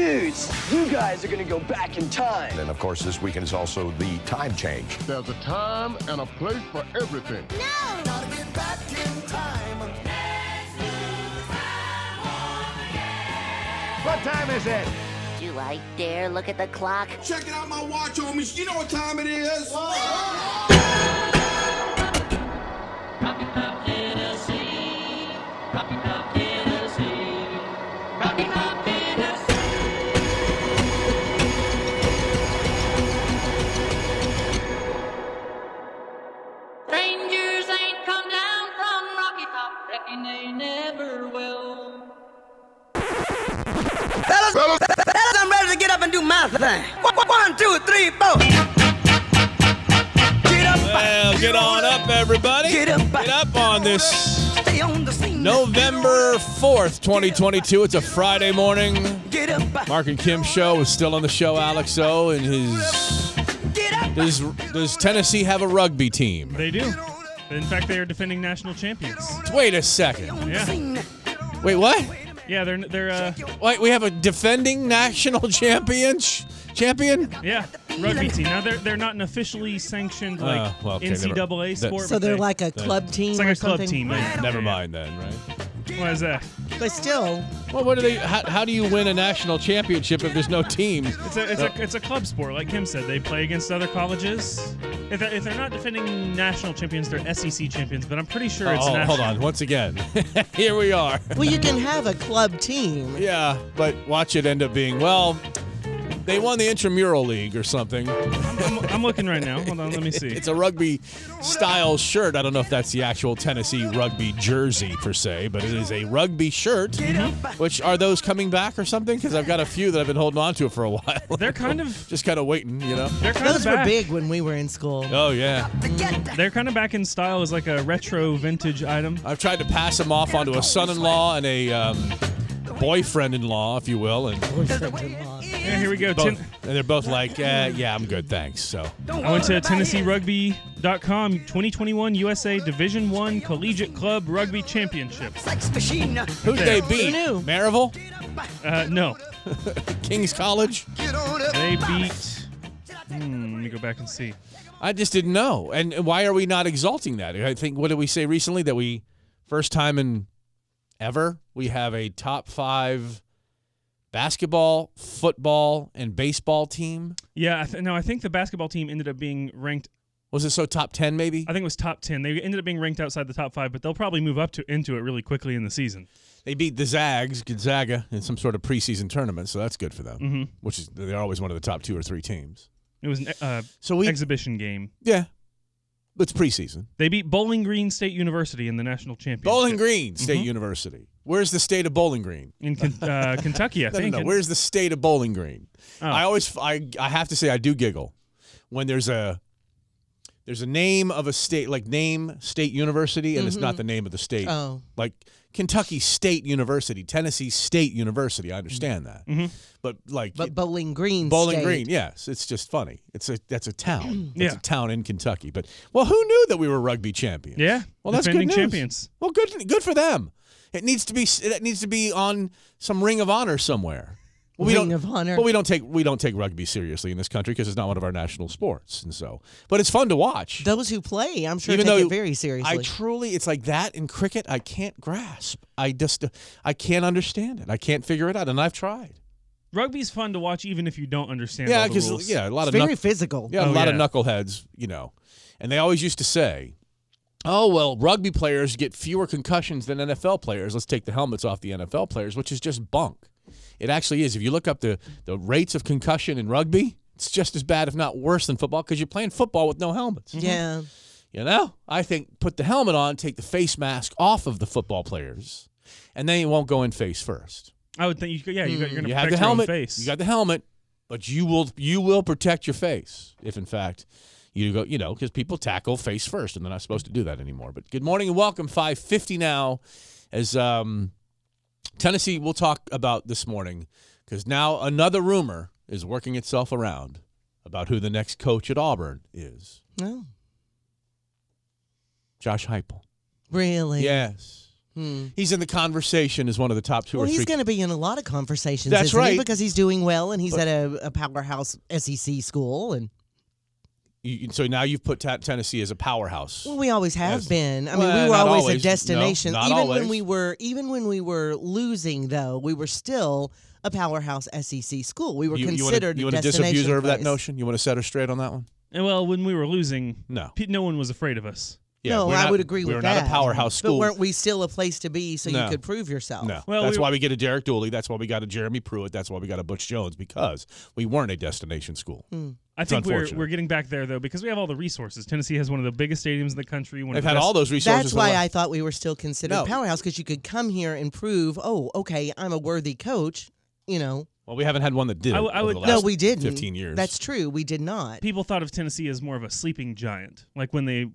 80s. You guys are gonna go back in time. And of course, this weekend is also the time change. There's a time and a place for everything. What time is it? Do I dare look at the clock? Checking out my watch, homies. You know what time it is. Rangers ain't come down from Rocky Top. Reckon they never will. Fellas, fellas, fellas, I'm ready to get up and do my thing. One, one, two, three, four. Get up, Well, get on up, everybody. Get up. Get up on this stay on the scene. November 4th, 2022. It's a Friday morning. Get up, uh, Mark and Kim show is still on the show. Alex O and his. get up. Does, does Tennessee have a rugby team? They do. In fact, they are defending national champions. Wait a second. Yeah. Wait, what? Yeah, they're they're uh Wait, we have a defending national champion? Champion? yeah rugby team. Now they're they're not an officially sanctioned like Uh, well, okay, never- NCAA that- sport. So but they're they- like a club team. it's like or a club something? team. yeah. Never mind then, right? Why is that? But still, Well, what do they? How, how do you win a national championship if there's no team? It's a it's Oh. a it's a club sport. Like Kim said, they play against other colleges. If they're, if they're not defending national champions, they're SEC champions. But I'm pretty sure it's Oh, national. hold on. Once again, here we are. well, you can have a club team. Yeah, but watch it end up being well. They won the intramural league or something. I'm, I'm looking right now. Hold on, let me see. It's a rugby style shirt. I don't know if that's the actual Tennessee rugby jersey per se, but it is a rugby shirt. Which are those coming back or something? Because I've got a few that I've been holding on to for a while. They're kind of Just kind of waiting, you know. they're kind of Those were back. big when we were in school. Oh yeah. They're kind of back in style as like a retro vintage item. I've tried to pass him off onto a son-in-law and a um, boyfriend-in-law, if you will, and Yeah, here we go. both, Ten- and they're both like, uh, "Yeah, I'm good, thanks." So I went to TennesseeRugby.com 2021 USA Division One Collegiate Club Rugby Championship. Sex machine. who did they beat? knew? Maryville, Uh, no, King's College. they beat. Hmm, let me go back and see. I just didn't know. And why are we not exalting that? I think what did we say recently that we first time in ever we have a top five basketball, football, and baseball team. Yeah, I th- no, I think the basketball team ended up being ranked. Was it so top ten maybe? I think it was top ten. They ended up being ranked outside the top five, but they'll probably move up to into it really quickly in the season. They beat the Zags, Gonzaga, in some sort of preseason tournament, so that's good for them. Mm-hmm. Which is they're always one of the top two or three teams. It was an uh, So we exhibition game. yeah, it's preseason. They beat Bowling Green State University in the national championship. Bowling Green State University. Where's the state of Bowling Green? in Ken- uh, Kentucky, I No, no, think. no. Where's the state of Bowling Green? Oh. I always I I have to say I do giggle when there's a there's a name of a state like name state university and it's not the name of the state. Mm-hmm. Oh. Like Kentucky State University, Tennessee State University. I understand that, but like But Bowling Green. Bowling State. Green, yes, it's just funny. It's a that's a town. It's Yeah. a town in Kentucky. But well, who knew that we were rugby champions? Yeah, well, that's good defending news. champions. Well, good good for them. It needs to be it needs to be on some ring of honor somewhere. Well, we Ring of don't, honor. But we don't take we don't take rugby seriously in this country because it's not one of our national sports, and so. But it's fun to watch. Those who play, I'm sure, even take though it very seriously. I truly, it's like that in cricket. I can't grasp. I just, I can't understand it. I can't figure it out, and I've tried. Rugby's fun to watch even if you don't understand. Yeah, all the rules. because yeah, a lot it's of very knuck- physical. yeah, a Oh, lot yeah. of knuckleheads, you know. And they always used to say, oh, well, rugby players get fewer concussions than NFL players. Let's take the helmets off the NFL players, which is just bunk. It actually is. If you look up the, the rates of concussion in rugby, it's just as bad, if not worse, than football because you're playing football with no helmets. Yeah. You know, I think put the helmet on, take the face mask off of the football players, and then you won't go in face first. I would think you. could- Yeah, you got, you're gonna Hmm. You protect have the your own helmet. face. You got the helmet, but you will you will protect your face if, in fact, you go. You know, because people tackle face first, and they're not supposed to do that anymore. But good morning and welcome. Five fifty now, as um, Tennessee. We'll talk about this morning because now another rumor is working itself around about who the next coach at Auburn is. No. Josh Heupel. Really? Yes. He's in the conversation as one of the top Hmm. two Well, or he's three. going to be in a lot of conversations. That's isn't he? right. Because he's doing well, and he's at a, a powerhouse SEC school, and You- so now you've put Ta- Tennessee as a powerhouse. well, we always have Yes. been. I mean, Well, we were not always, always. a No, destination. not even always. when we were, even when we were losing, though, we were still a powerhouse SEC school. We were You, considered you a want to destination. disabuse her of that place. notion? You want to set her straight on that one? And well, when we were losing, No. pe- no one was afraid of us. Yeah, no, we're I not- would agree we with were that. not a powerhouse school. But weren't we still a place to be so No. you could prove yourself? No. Well, that's we- why we get a Derek Dooley. That's why we got a Jeremy Pruitt. That's why we got a Butch Jones because we weren't a destination school. Mm. I think we're unfortunate. we're getting back there though because we have all the resources. Tennessee has one of the biggest stadiums in the country. One They've of the had best- all those resources. That's in the why la- I thought we were still considered No. powerhouse because you could come here and prove, oh, okay, I'm a worthy coach. You know, Well, we haven't had one that did. I it w- I over would- the No, last no, we didn't. Fifteen years. That's true. We did not. People thought of Tennessee as more of a sleeping giant. Like when they,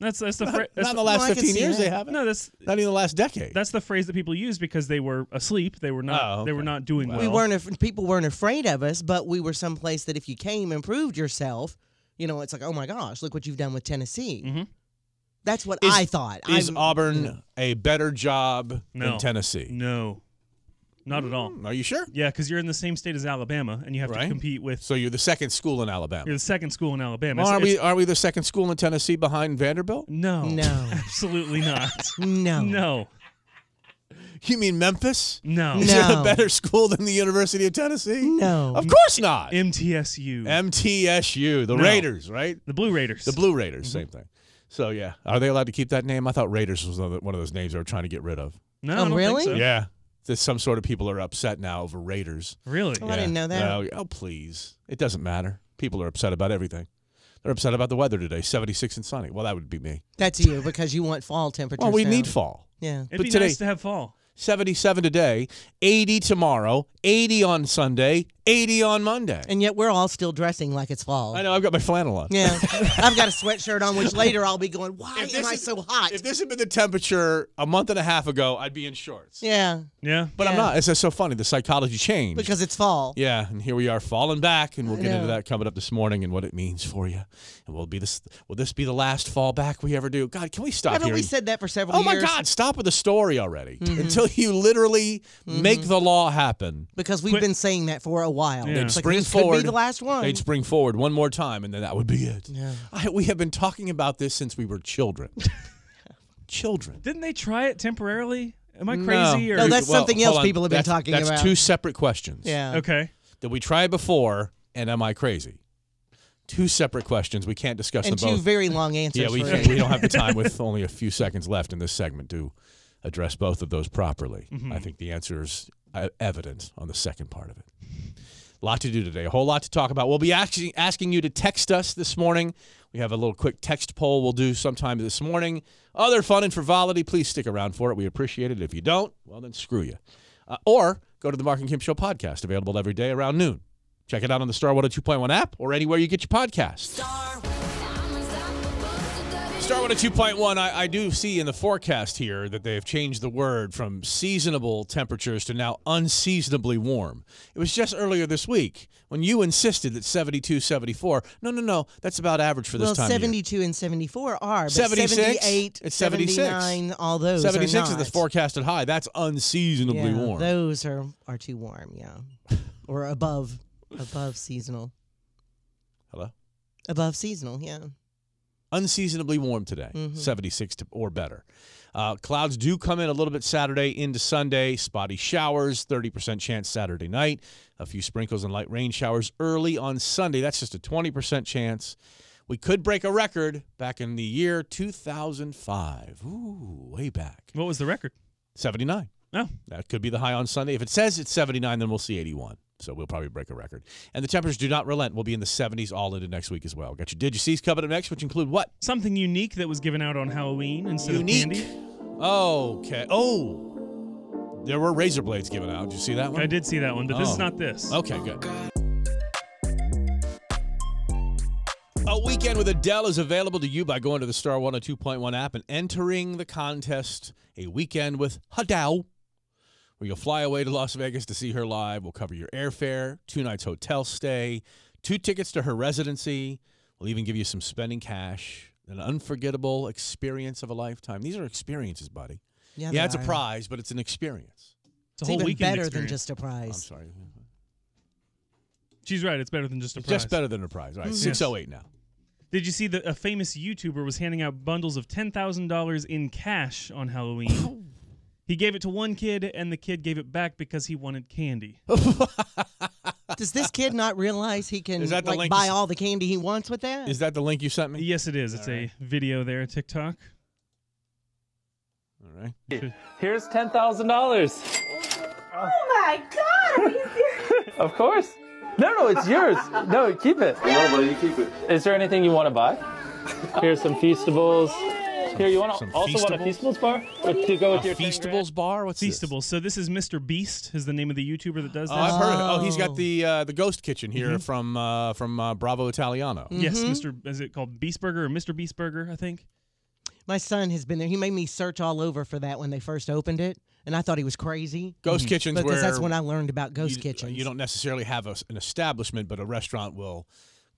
that's that's the fra- that's not in the last I can fifteen see years. that. They haven't. no that's not even the last decade. that's the phrase that people use because they were asleep. They were not Oh, they were okay. not doing well. we weren't. Af- people weren't afraid of us, but we were someplace that if you came and proved yourself, you know, it's like, oh my gosh, look what you've done with Tennessee. Mhm. That's what Mm-hmm. Is- I thought. Is I'm- Auburn a better job No. in Tennessee? No, not at all. Are you sure? Yeah, because you're in the same state as Alabama and you have to Right. compete with. So you're the second school in Alabama. You're the second school in Alabama. Well, It's- are we it's- are we the second school in Tennessee behind Vanderbilt? No, No. absolutely not. No. no, You mean Memphis? no, Is it a No. better school than the University of Tennessee? No. Of course not. MTSU, MTSU, the No. Raiders, right? the Blue Raiders, The Blue Raiders, Mm-hmm. same thing. So yeah, are they allowed to keep that name? I thought Raiders was another- one of those names they were trying to get rid of. Oh, No, I don't think really? so. Yeah, there's some sort of people are upset now over Raiders. Really? Oh, I didn't know that. Oh, oh, please, it doesn't matter. People are upset about everything. They're upset about the weather today, 76 and sunny. Well, that would be me. That's you because you want fall temperatures. Well, we now. need fall. Yeah. It'd But be today- nice to have fall. 77 today, 80 tomorrow, 80 on Sunday, 80 on Monday. And yet we're all still dressing like it's fall. I know I've got my flannel on. Yeah, I've got a sweatshirt on, which later I'll be going, why am I is- so hot? If this had been the temperature a month and a half ago, I'd be in shorts. yeah, Yeah, But I'm Yeah. not. It's just so funny. The psychology changed. because it's fall. yeah, and here we are falling back, and we'll get into know. that coming up this morning and what it means for you. And will be this will this be the last fall back we ever do? God, can we stop Haven't here? we said that for several oh years? Mm-hmm. my God, stop with the story already. Until you literally make the law happen. Because we've Quit- been saying that for a while. They'd It's like, spring this forward. could be the last one. They'd spring forward one more time, and then that would be it. Yeah. I, we have been talking about this since we were children. children. didn't they try it temporarily? Am I No. crazy? Or No, that's Well, something hold else on. people have been That's- talking that's about. two separate questions. yeah. okay. Did we try it before, and am I crazy? Two separate questions. We can't discuss And two them both. very long answers. yeah, we, for can't- we don't have the time with only a few seconds left in this segment to address both of those properly. I think the answer is uh, evident on the second part of it. lot to do today, a whole lot to talk about. We'll be actually asking you to text us this morning. We have a little quick text poll we'll do sometime this morning. Other fun and frivolity, please stick around for it. We appreciate it. If you don't, well, then screw you. Uh, or go to the Mark and Kim Show podcast, available every day around noon. Check it out on the Star 102.1 app or anywhere you get your podcasts. Oh Star 102.1, I, I do see in the forecast here that they have changed the word from seasonable temperatures to now unseasonably warm. It was just earlier this week when you insisted that 72, 74. No, no, no. That's about average for this well, time of year. 72 and 74 are, but 76? 78, It's 76. 79, all those 76 are not. is the forecasted high. That's Yeah, unseasonably warm. Those are, are too warm, yeah. or above, above seasonal. Hello? Above seasonal, yeah. unseasonably warm today, 76 to, or better. Uh, clouds do come in a little bit Saturday into Sunday. Spotty showers, 30% chance Saturday night. A few sprinkles and light rain showers early on Sunday. That's just a 20% chance. We could break a record back in the year 2005. Ooh, way back. What was the record? Oh, 79. No. That could be the high on Sunday. If it says it's 79, then we'll see 81. So we'll probably break a record. And the temperatures do not relent. We'll be in the 70s all into next week as well. Got your Did You See's coming up next, which include what? Something unique that was given out on Halloween instead of Unique. candy. Okay. Oh, there were razor blades given out. Did you see that one? I did see that one, but this Oh. is not this. Okay, good. A weekend with Adele is available to you by going to the Star 102.1 app and entering the contest. A weekend with Adele, where you'll fly away to Las Vegas to see her live. We'll cover your airfare, two nights hotel stay, two tickets to her residency. We'll even give you some spending cash, an unforgettable experience of a lifetime. These are experiences, buddy. Yeah, yeah, they it's a are. prize, but it's an experience. It's even better than just a prize. I'm sorry. She's right. It's better than just a prize. Just better than a prize. All right, Mhm. Yes. 608 now. Did you see that a famous YouTuber was handing out bundles of ten thousand dollars in cash on Halloween? he gave it to one kid, and the kid gave it back because he wanted candy. Does this kid not realize he can Is that the like, link you buy s- all the candy he wants with that? Is that the link you sent me? Yes, it is. It's a video there, TikTok. All right. Here's ten thousand dollars. Oh my god! Are you Of course. No, no, it's yours. No, keep it. No, but you keep it. Is there anything you want to buy? Here's some feastables. Here, you want to also want a feastables bar Or to go with your 10 grand? bar? What's feastables? So this is Mr. Beast, is the name of the YouTuber that does Oh, that. I've heard. Of, oh, he's got the uh, the ghost kitchen here Mhm. from uh, from uh, Bravo Italiano. Yes, Mr. Is it called Beast Burger or Mr. Beast Burger? I think. My son has been there. He made me search all over for that when they first opened it, and I thought he was crazy. Ghost kitchens because that's where when I learned about ghost you, kitchens. You don't necessarily have a, an establishment, but a restaurant will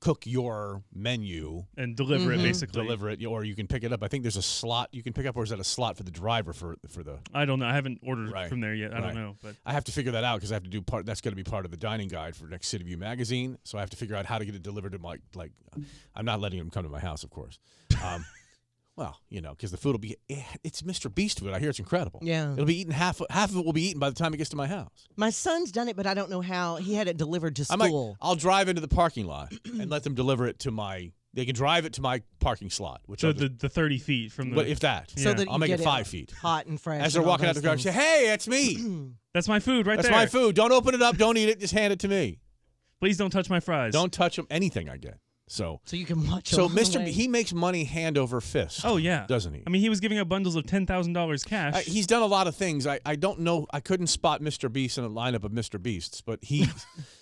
cook your menu and deliver it, Mhm. basically. Mm-hmm. Deliver it, or you can pick it up. I think there's a slot you can pick up, or is that a slot for the driver for for the? I don't know. I haven't ordered Right, from there yet. I right. don't know, but I have to figure that out because I have to do part. That's going to be part of the dining guide for next City View magazine. So I have to figure out how to get it delivered to my like. I'm not letting him come to my house, of course. Um, well, you know, because the food will be eh, it's Mr. Beast food. I hear it's incredible. Yeah. it'll be eaten half half of it will be eaten by the time it gets to my house. My son's done it, but I don't know how he had it delivered to I might. school. I'll drive into the parking lot and let them deliver it to my. They can drive it to my parking slot, which so I'll the, the thirty feet from the. But if that, Yeah. So that I'll you make get it five feet. hot and fresh. As they're and all walking out the those garage, say, things. "Hey, that's me. That's my food right that's there. my food. Don't open it up. Don't eat it. Just hand it to me. Please don't touch my fries. Don't touch them. Anything I get. So, so you can watch. so along the Mr. way. He makes money hand over fist. Oh yeah, doesn't he? I mean, he was giving out bundles of ten thousand dollars cash. I, he's done a lot of things. I, I don't know. I couldn't spot Mr. Beast in a lineup of Mr. Beasts, but he,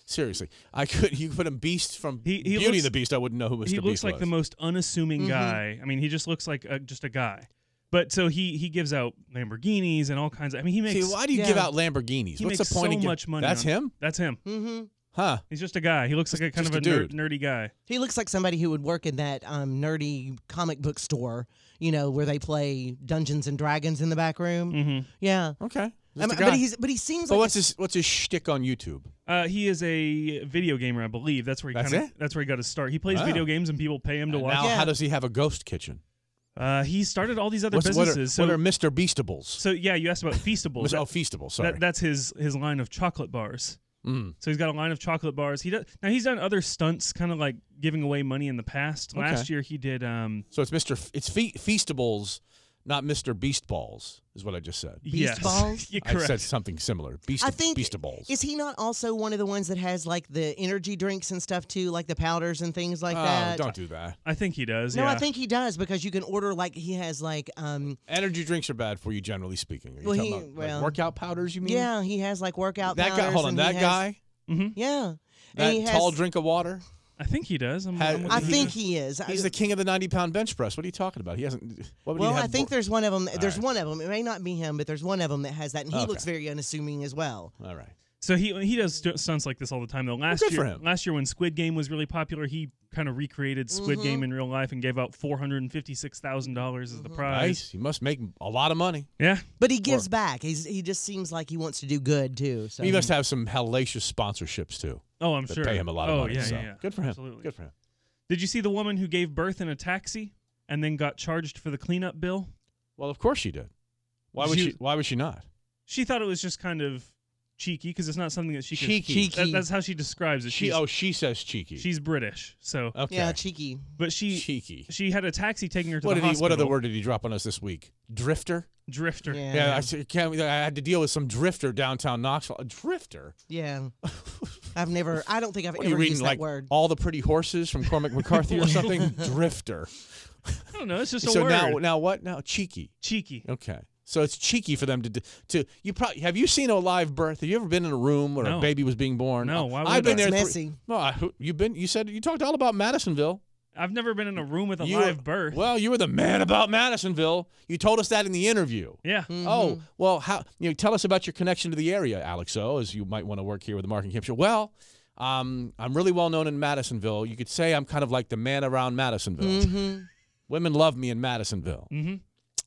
seriously, I could. You put him Beast from he Beauty looks- and the Beast. I wouldn't know who Mr. he Beast looks like was. the most unassuming Mhm. guy. I mean, he just looks like a, just a guy. But so he he gives out Lamborghinis and all kinds. of I mean, he makes. See, why do you give out Lamborghinis? He What's makes the point so of gi- much money. That's on- him? That's him. Mm-hmm. Huh? He's just a guy. He looks like a kind just of a, a ner- dude. nerdy guy. He looks like somebody who would work in that um, nerdy comic book store, you know, where they play Dungeons and Dragons in the back room. Mhm. Yeah. Okay. I mean, Mm-hmm. Just a but guy. he's but he seems But like what's a- his what's his shtick on YouTube? Uh, he is a video gamer, I believe. That's where he That's kind of it? that's where he got his start. He plays Wow. video games and people pay him to watch. Now, how does he have a ghost kitchen? Uh, he started all these other What's- what are- businesses. What so are, Mr. Beastables? So yeah, you asked about Feastables. Mis- oh, Feastables, sorry. That, that's his his line of chocolate bars. Mm. So he's got a line of chocolate bars. He does now. He's done other stunts, kind of like giving away money in the past. Okay. Last year he did. Um, So it's Mr. F- it's Fe- Feastables, not Mr. Beastballs, is what I just said. Beast Yes. balls? You're I said correct. something similar. Beast, I think Beastables. Is he not also one of the ones that has like the energy drinks and stuff too, like the powders and things like oh, that? don't do that. I think he does. No, I think he does because you can order like he has like um Energy drinks are bad for you, generally speaking. Are you well, talking he, about, like, well workout powders you mean? Yeah, he has like workout That powders. guy, hold on, and he that has- guy, Yeah. that and he tall has, drink of water. I think he does. I'm, Had- I'm with I you. think he is. He's I, the king of the 90 pound bench press. What are you talking about? He hasn't. What would he well, have I think more- there's one of them. All There's right. one of them. It may not be him, but there's one of them that has that, and he Okay. looks very unassuming as well. All right. So he he does stu- stunts like this all the time. Though last good year, for him. last year when Squid Game was really popular, he kind of recreated Squid Mhm. Game in real life and gave out four hundred and fifty six thousand dollars Mm-hmm. as the prize. Nice. He must make a lot of money. Yeah. But he gives back. He's he just seems like he wants to do good too. So He must have some hellacious sponsorships too. Oh, I'm that sure. Pay him a lot of Oh, money. yeah, so. yeah, yeah. Good for him. Absolutely. Good for him. Did you see the woman who gave birth in a taxi and then got charged for the cleanup bill? Well, of course she did. Why would She- she? Why would she not? She thought it was just kind of cheeky because it's not something that she could- Cheeky. Cheeky. That- that's how she describes it. She- She's- oh, she says cheeky. She's British, so Okay. yeah, cheeky. But she cheeky. She had a taxi taking her to What the did he? What hospital. other word did he drop on us this week? Drifter. Drifter. Yeah, I s- can't. I had to deal with some drifter downtown Knoxville. A drifter. Yeah. I've never. I don't think I've What are ever you reading? used Like that word. all the pretty horses from Cormac McCarthy or something? drifter. I don't know. It's just a so word. now, now what? Oh. Now cheeky. Cheeky. Okay. So it's cheeky for them to d- to you probably have you seen a live birth? Have you ever been in a room where No. a baby was being born? No, why I've would been I? there. It's three- messy. No, I- who- you've been. You said you talked all about Madisonville. I've never been in a room with a You were- live birth. Well, you were the man about Madisonville. You told us that in the interview. Yeah. Oh, well, how you know, tell us about your connection to the area, Alex O, as you might want to work here with the Mark and Kim show. Well, um, I'm really well known in Madisonville. You could say I'm kind of like the man around Madisonville. Mm-hmm. Women love me in Madisonville. Mm-hmm.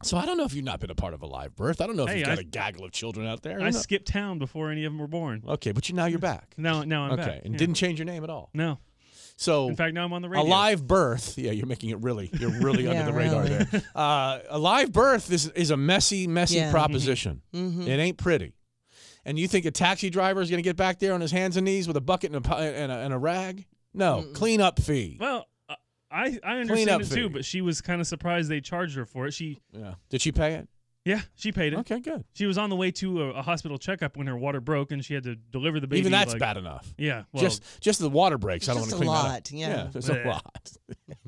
So I don't know if you've not been a part of a live birth. I don't know if Hey, you've got I- a gaggle of children out there. I skipped town before any of them were born. Okay, but you now you're back. Now, now I'm okay, back. and yeah. didn't Oh. change your name at all. No. So In fact, now I'm on the radio. A live birth. Yeah, you're making it really. You're really Yeah, under the radar really. there. Uh, a live birth is is a messy, messy Yeah. proposition. Mm-hmm. Mhm. It ain't pretty. And you think a taxi driver is going to get back there on his hands and knees with a bucket and a pi- and a, and a rag? No, cleanup fee. Well, uh, I I Cleanup understand it fee. too, but she was kind of surprised they charged her for it. She yeah. Did she pay it? Yeah, she paid it. Okay, good. She was on the way to a, a hospital checkup when her water broke, and she had to deliver the baby. Even that's like- bad enough. Yeah, well, just just the water breaks. I don't want just to a clean that up. lot, yeah. it's a Yeah. lot.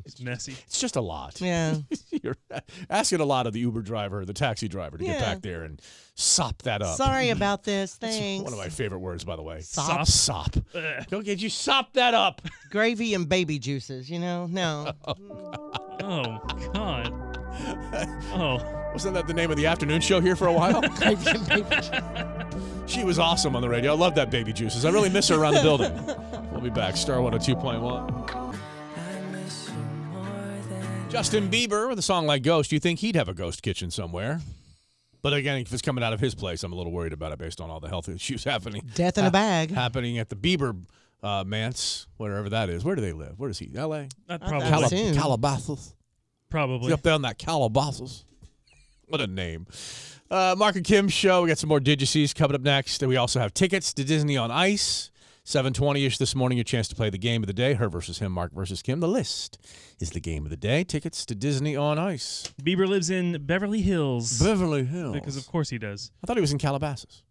it's messy. It's just a lot. Yeah. You're asking a lot of the Uber driver, the taxi driver, to get Yeah. back there and sop that up. Sorry about this. That's Thanks. One of my favorite words, by the way. Sop. Sop. Go get you sop that up. Gravy and baby juices, you know? No. oh, God. Oh. Wasn't that the name of the afternoon show here for a while? she was awesome on the radio. I love that baby juices. I really miss her around the building. We'll be back. Star 102.1. Justin Bieber with a song like Ghost. You think he'd have a ghost kitchen somewhere? But again, if it's coming out of his place, I'm a little worried about it based on all the health issues happening. Death in a ha- bag. Happening at the Bieber uh, manse, wherever that is. Where do they live? Where is he? L.A.? Uh, probably. Cala- Soon. Calabasas. Probably. He's up there on that Calabasas. What a name. Uh, Mark and Kim show. We got some more Digices coming up next. And we also have tickets to Disney on Ice. 720-ish this morning, your chance to play the game of the day. Her versus him, Mark versus Kim. The list is the game of the day. Tickets to Disney on Ice. Bieber lives in Beverly Hills. Beverly Hills. Because of course he does. I thought he was in Calabasas.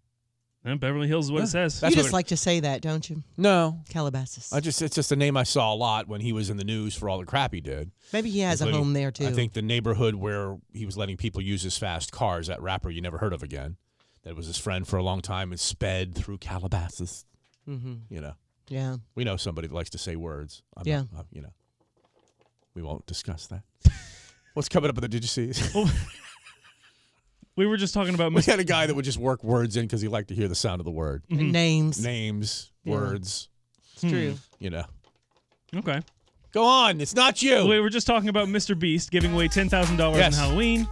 And Beverly Hills is what it says. you just like to say that, don't you? No. Calabasas. I just it's just a name I saw a lot when he was in the news for all the crap he did. Maybe he has a Including, home there, too. I think the neighborhood where he was letting people use his fast cars, that rapper you never heard of again, that was his friend for a long time and sped through Calabasas. Mm-hmm. You know. Yeah. We know somebody that likes to say words. I'm Yeah. not- I'm- you know. We won't discuss that. What's coming up with the Did You See? we were just talking about. We had a guy that would just work words in because he liked to hear the sound of the word. Mhm. Names. Mm-hmm. Names. Mm-hmm. Yeah. Words. It's true. You know. Okay. Go on. It's not you. We were just talking about Mr. Beast giving away ten thousand dollars Yes. on Halloween.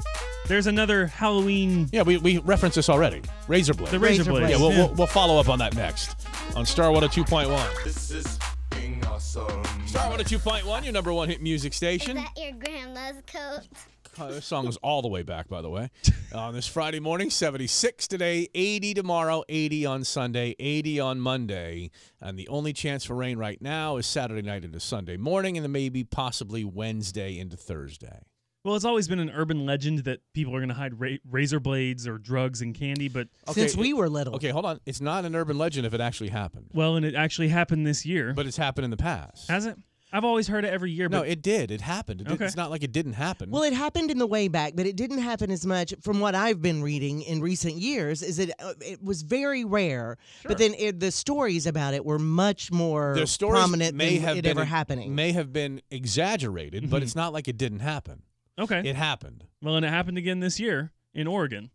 There's another Halloween. Yeah, we, we referenced this already. Razor blade. The razor, blade. Yeah, we'll, We'll, we'll follow up on that next on Star 102.1. This is f***ing awesome. Star 102.1, your number one hit music station. Is that your grandma's coat? Uh, this song is all the way back, by the way. on this Friday morning, 76 today, 80 tomorrow, 80 on Sunday, 80 on Monday. And the only chance for rain right now is Saturday night into Sunday morning, and then maybe possibly Wednesday into Thursday. Well, it's always been an urban legend that people are going to hide ra- razor blades or drugs and candy, but Okay, it- Oh. Okay, hold on. It's not an urban legend if it actually happened. Well, and it actually happened this year. But it's happened in the past. Has it? I've always heard it every year. No, but it did. It happened. It did- Okay. It's not like it didn't happen. Well, it happened in the way back, but it didn't happen as much from what I've been reading in recent years. Is it? uh, It was very rare, but then it, the stories about it were much more the stories prominent may than have it been ever happening. may have been exaggerated, but it's not like it didn't happen. Mm-hmm. Okay. It happened. Well, and it happened again this year in Oregon.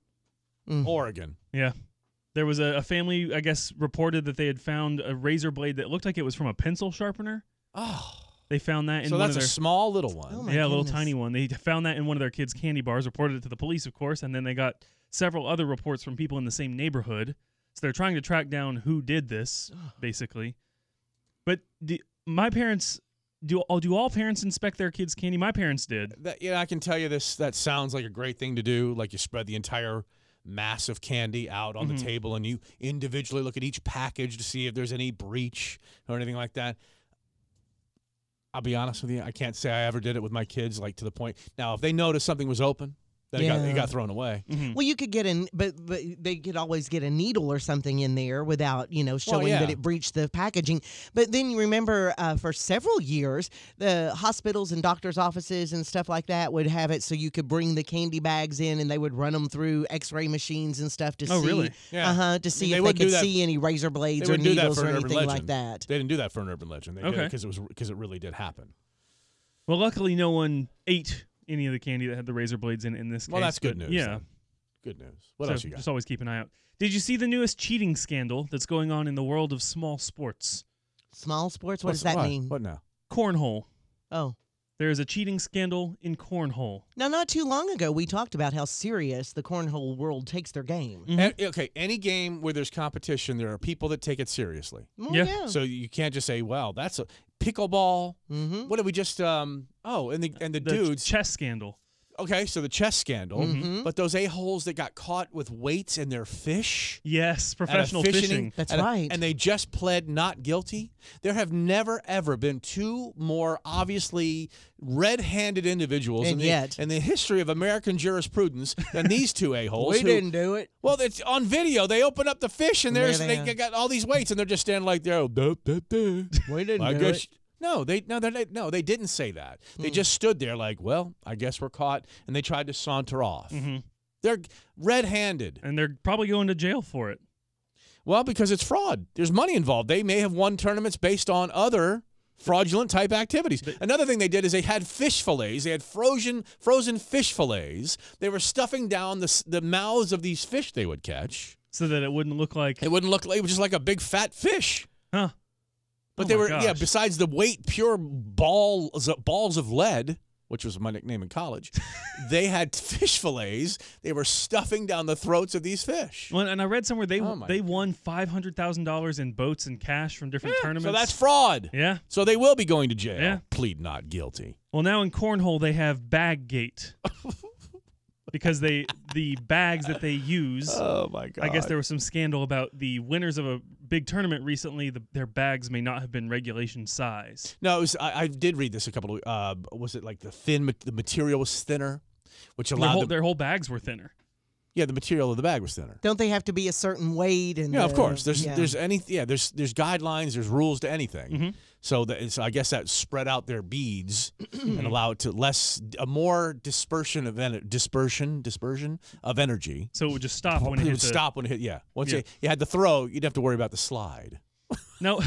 Mm-hmm. Oregon. Yeah. There was a, a family, I guess, reported that they had found a razor blade that looked like it was from a pencil sharpener. Oh. They found that in so one that's of a their small little one. yeah, a little tiny one. They found that in one of their kids' candy bars, reported it to the police, of course, and then they got several other reports from people in the same neighborhood. So they're trying to track down who did this, basically. But do, my parents do. all Do all parents inspect their kids' candy? My parents did. That, yeah, I can tell you this. That sounds like a great thing to do. Like you spread the entire mass of candy out on Mm-hmm. Mhm. the table, and you individually look at each package to see if there's any breach or anything like that. I'll be honest with you. I can't say I ever did it with my kids. Like to the point. Now, if they noticed something was open, then it, got, Yeah. it got thrown away. Well, you could get in, but but they could always get a needle or something in there without you know showing that yeah. it breached the packaging. But then you remember uh, for several years, the hospitals and doctors' offices and stuff like that would have it so you could bring the candy bags in and they would run them through X-ray machines and stuff to Oh, see, really? Yeah. uh huh, I to see mean, if they they wouldn't do could that- see any razor They blades or wouldn't do that needles for or an urban anything legend. like that. They didn't do that for an urban legend. They did it Okay. because it was because it really did happen. Well, luckily, no one ate any of the candy that had the razor blades in. In this Well, case, that's good but news, Yeah. then. Good news. What So else you got? Just always keep an eye out. Did you see the newest cheating scandal that's going on in the world of small sports? Small sports. What What's- does that why? mean? What now? Cornhole. Oh. There is a cheating scandal in cornhole. Now, not too long ago, we talked about how serious the cornhole world takes their game. A- okay, any game where there's competition, there are people that take it seriously. Well, Yeah. yeah. So you can't just say, "Wow, that's a pickleball." What did we just? Um, oh, and the and the, The dudes chess scandal. Okay, so the chess scandal, Mhm. but those a holes that got caught with weights in their fish. Yes, at a professional fishing. That's at a- right. and they just pled not guilty. There have never ever been two more obviously red-handed individuals in, And the, yet- in the history of American jurisprudence than these two a holes. We didn't do it. Well, it's on video. They open up the fish and There there's they uh, they, are. g- got all these weights and they're just standing like there. "Duh, duh, duh." We didn't I do guess it. Hmm. no, they no, they no, they didn't say that. They just stood there like, well, I guess we're caught, and they tried to saunter off. Mm-hmm. They're red-handed, and they're probably going to jail for it. Well, because it's fraud. There's money involved. They may have won tournaments based on other fraudulent type activities. Another thing they did is they had fish fillets. They had frozen frozen fish fillets. They were stuffing down the s- the mouths of these fish they would catch. So that it wouldn't look like it wouldn't look like it was just like a big fat fish. Huh. But Oh they my were yeah. gosh. Besides the weight, pure balls uh, balls of lead, which was my nickname in college, they had fish fillets. They were stuffing down the throats of these fish. Well, and I read somewhere they Oh my they won five hundred thousand dollars in boats and cash from different tournaments. So that's fraud. Yeah. So they will be going to jail. Yeah. Plead not guilty. Well, now in cornhole they have bag gate because they the bags that they use. Oh, my I guess God. there was some scandal about the winners of a big tournament recently. The, their bags may not have been regulation size. No, it was, I, I did read this a couple of. Uh, was it like the thin? ma- The material was thinner, which Their allowed whole, them- their whole bags were thinner. yeah, the material of the bag was thinner. Don't they have to be a certain weight? And Yeah, of the- course. There's yeah. there's any yeah there's there's guidelines. There's rules to anything. So that it's, I guess that spread out their beads and allow it to less a more dispersion of en- dispersion dispersion of energy. So it would just stop when it would hit Mm-hmm. the- stop when it hit. Yeah, once Yeah. You, you had the throw, you'd have to worry about the slide. Now,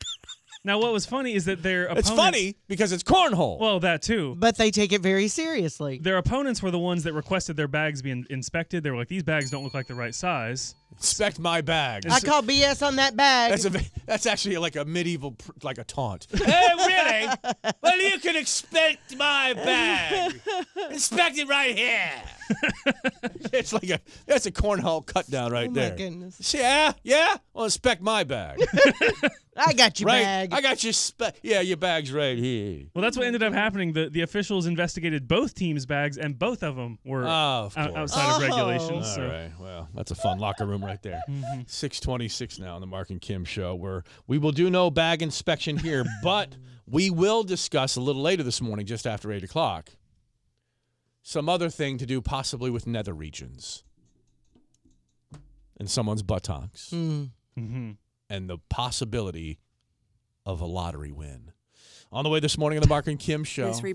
now what was funny is that their It's opponents, funny because it's cornhole. Well, that too. But they take it very seriously. Their opponents were the ones that requested their bags be in- inspected. They were like, "These bags don't look like the right size." Inspect my bag. I call BS on that bag. That's a that's actually like a medieval pr- like a taunt. hey, really? Well, you can expect my bag. Inspect it right here. it's like a that's a cornhole cut down right Oh, my there. goodness. Yeah, yeah. Well, inspect my bag. I got your right? bag. I got your spe- yeah, your bag's right here. Well, that's what ended up happening. The the officials investigated both teams' bags, and both of them were Oh, of course. out- Oh. outside of regulations. All so. Mm-hmm. right. Well, that's a fun locker room right there. 626 now on the Mark and Kim show, where we will do no bag inspection here, but we will discuss a little later this morning, just after 8 o'clock, some other thing to do possibly with nether regions and someone's buttocks Mm-hmm. and the possibility of a lottery win. On the way this morning on the Mark and Kim show. Star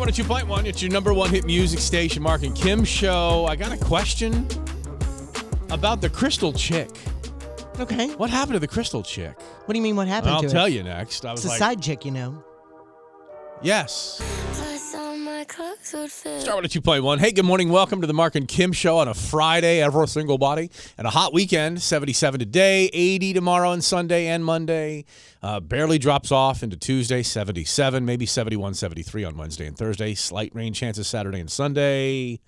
102.1, it's your number one hit music station, Mark and Kim show. I got a question about the crystal chick. Okay. What happened to the crystal chick? What do you mean? What happened I'll to tell it? you next. I was It's a like, side chick, you know. yes. Plus all my clothes would fit. Star 102.1. Hey, good morning. Welcome to the Mark and Kim show on a Friday, every single body, and a hot weekend. 77 today, 80 tomorrow and Sunday and Monday. Uh, barely drops off into Tuesday, 77, maybe 71, 73 on Wednesday and Thursday. Slight rain chances Saturday and Sunday.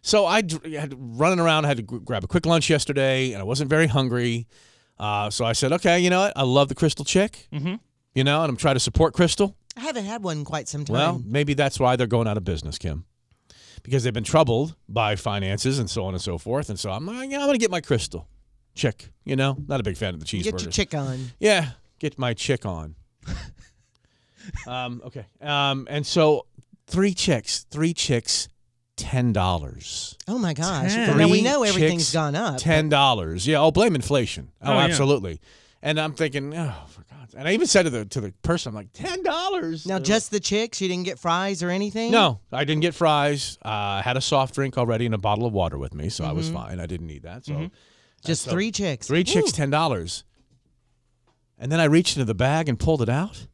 So I d- had running around, had to g- grab a quick lunch yesterday, and I wasn't very hungry. Uh, so I said, okay, you know what? I love the Crystal Chick, Mm-hmm. you know, and I'm trying to support Crystal. I haven't had one in quite some time. Well, maybe that's why they're going out of business, Kim, because they've been troubled by finances and so on and so forth. And so I'm like, yeah, I'm going to get my crystal chick. You know, not a big fan of the cheeseburger. Get your chick on. Yeah, get my chick on. um, okay. Um, and so three chicks, three chicks, ten dollars. Oh my gosh. Now we know everything's gone up. Ten dollars. Yeah. Oh, blame inflation. Oh, Oh, yeah. absolutely. And I'm thinking, oh, for God's And I even said to the to the person, I'm like, Ten dollars. Now just the chicks. You didn't get fries or Mm-hmm. anything. No, I didn't get fries. Uh, I had a soft drink already and a bottle of water with me, so I was Mm-hmm. Mhm. fine. I didn't need that. So Mhm. Uh, Just so three chicks. Three chicks, Woo. ten dollars. And then I reached into the bag and pulled it out.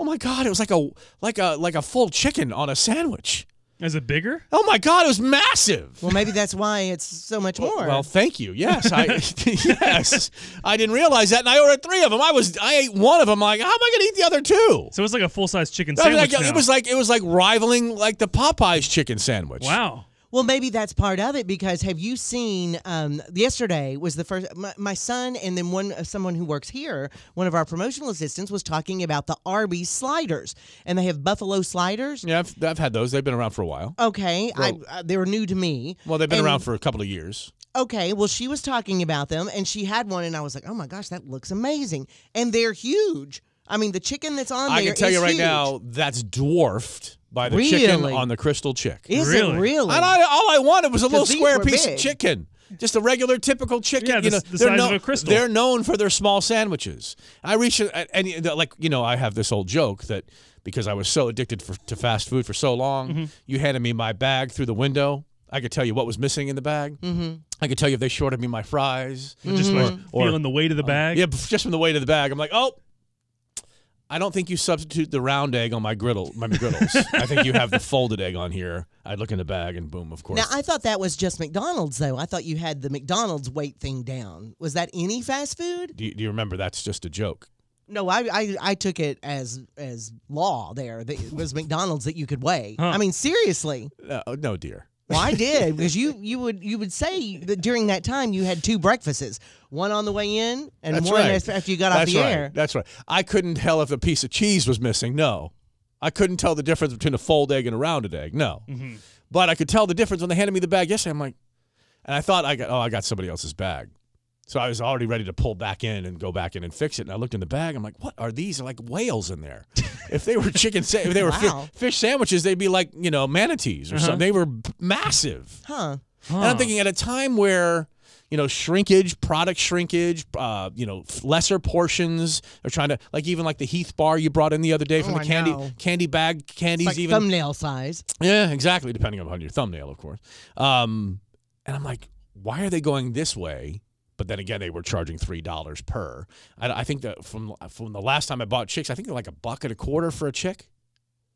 Oh my god! It was like a like a like a full chicken on a sandwich. Is it bigger? Oh my God, it was massive. Well, maybe that's why it's so much more. Well, thank you. Yes, I yes, I didn't realize that, and I ordered three of them. I was I ate one of them. Like, how am I going to eat the other two? So it's like a full size chicken I mean, sandwich. like, now. It was like it was like rivaling like the Popeyes chicken sandwich. Wow. Well, maybe that's part of it because have you seen? Um, yesterday was the first. My, my son and then one uh, someone who works here, one of our promotional assistants, was talking about the Arby's sliders, and they have buffalo sliders. Yeah, I've, I've had those. They've been around for a while. Okay, Well- I, I, they were new to me. Well, they've been And- around for a couple of years. Okay, well, she was talking about them, and she had one, and I was like, "Oh my gosh, that looks amazing!" And they're huge. I mean, the chicken that's on I there can tell you is right Oh, huge. now, that's dwarfed by the chicken Really? on the Crystal Chick. Is it Really? really? And I, all I wanted was a 'Cause little these square were piece big. of chicken. Just a regular, typical chicken. Yeah, you the- know, the they're size of kno- a crystal. They're known for their small sandwiches. I reached, and, and like you know, I have this old joke that because I was so addicted for, to fast food for so long, Mhm. you handed me my bag through the window. I could tell you what was missing in the bag. Mm-hmm. Mhm. I could tell you if they shorted me my fries. Just by feeling the weight of the bag? Mm-hmm. uh, yeah, just from the weight of the bag. I'm like, oh, I don't think you substitute the round egg on my griddle, my griddles. I think you have the folded egg on here. I look in the bag and boom, of course. Now, I thought that was just McDonald's, though. I thought you had the McDonald's weight thing down. Was that any fast food? do, you, do you remember that's just a joke? No, I, I, I took it as as law there that it was McDonald's that you could weigh. Huh. I mean, seriously. No, no dear. Well, I did because you you would you would say that during that time you had two breakfasts, one on the way in and That's one right. as after you got that's off the right. air. That's right. I couldn't tell if a piece of cheese was missing. No. I couldn't tell the difference between a fold egg and a rounded egg. No. Mhm. But I could tell the difference when they handed me the bag yesterday. I'm like, and I thought I got, oh, I got somebody else's bag. So I was already ready to pull back in and go back in and fix it. And I looked in the bag. I'm like, what are these? They're like whales in there. if they were chicken, sa- if they were fi- Wow. fish sandwiches, they'd be like, you know, manatees or Uh-huh. something. They were b- massive. Huh. And I'm thinking at a time where, you know, shrinkage, product shrinkage, uh, you know, f- lesser portions are trying to like even like the Heath bar you brought in the other day from Oh, the I candy know. candy bag It's candies like even thumbnail size. yeah, exactly. Depending upon your thumbnail, of course. Um, and I'm like, why are they going this way? But then again, they were charging three dollars per. I, I think that from from the last time I bought chicks, I think they're like a buck and a quarter for a chick,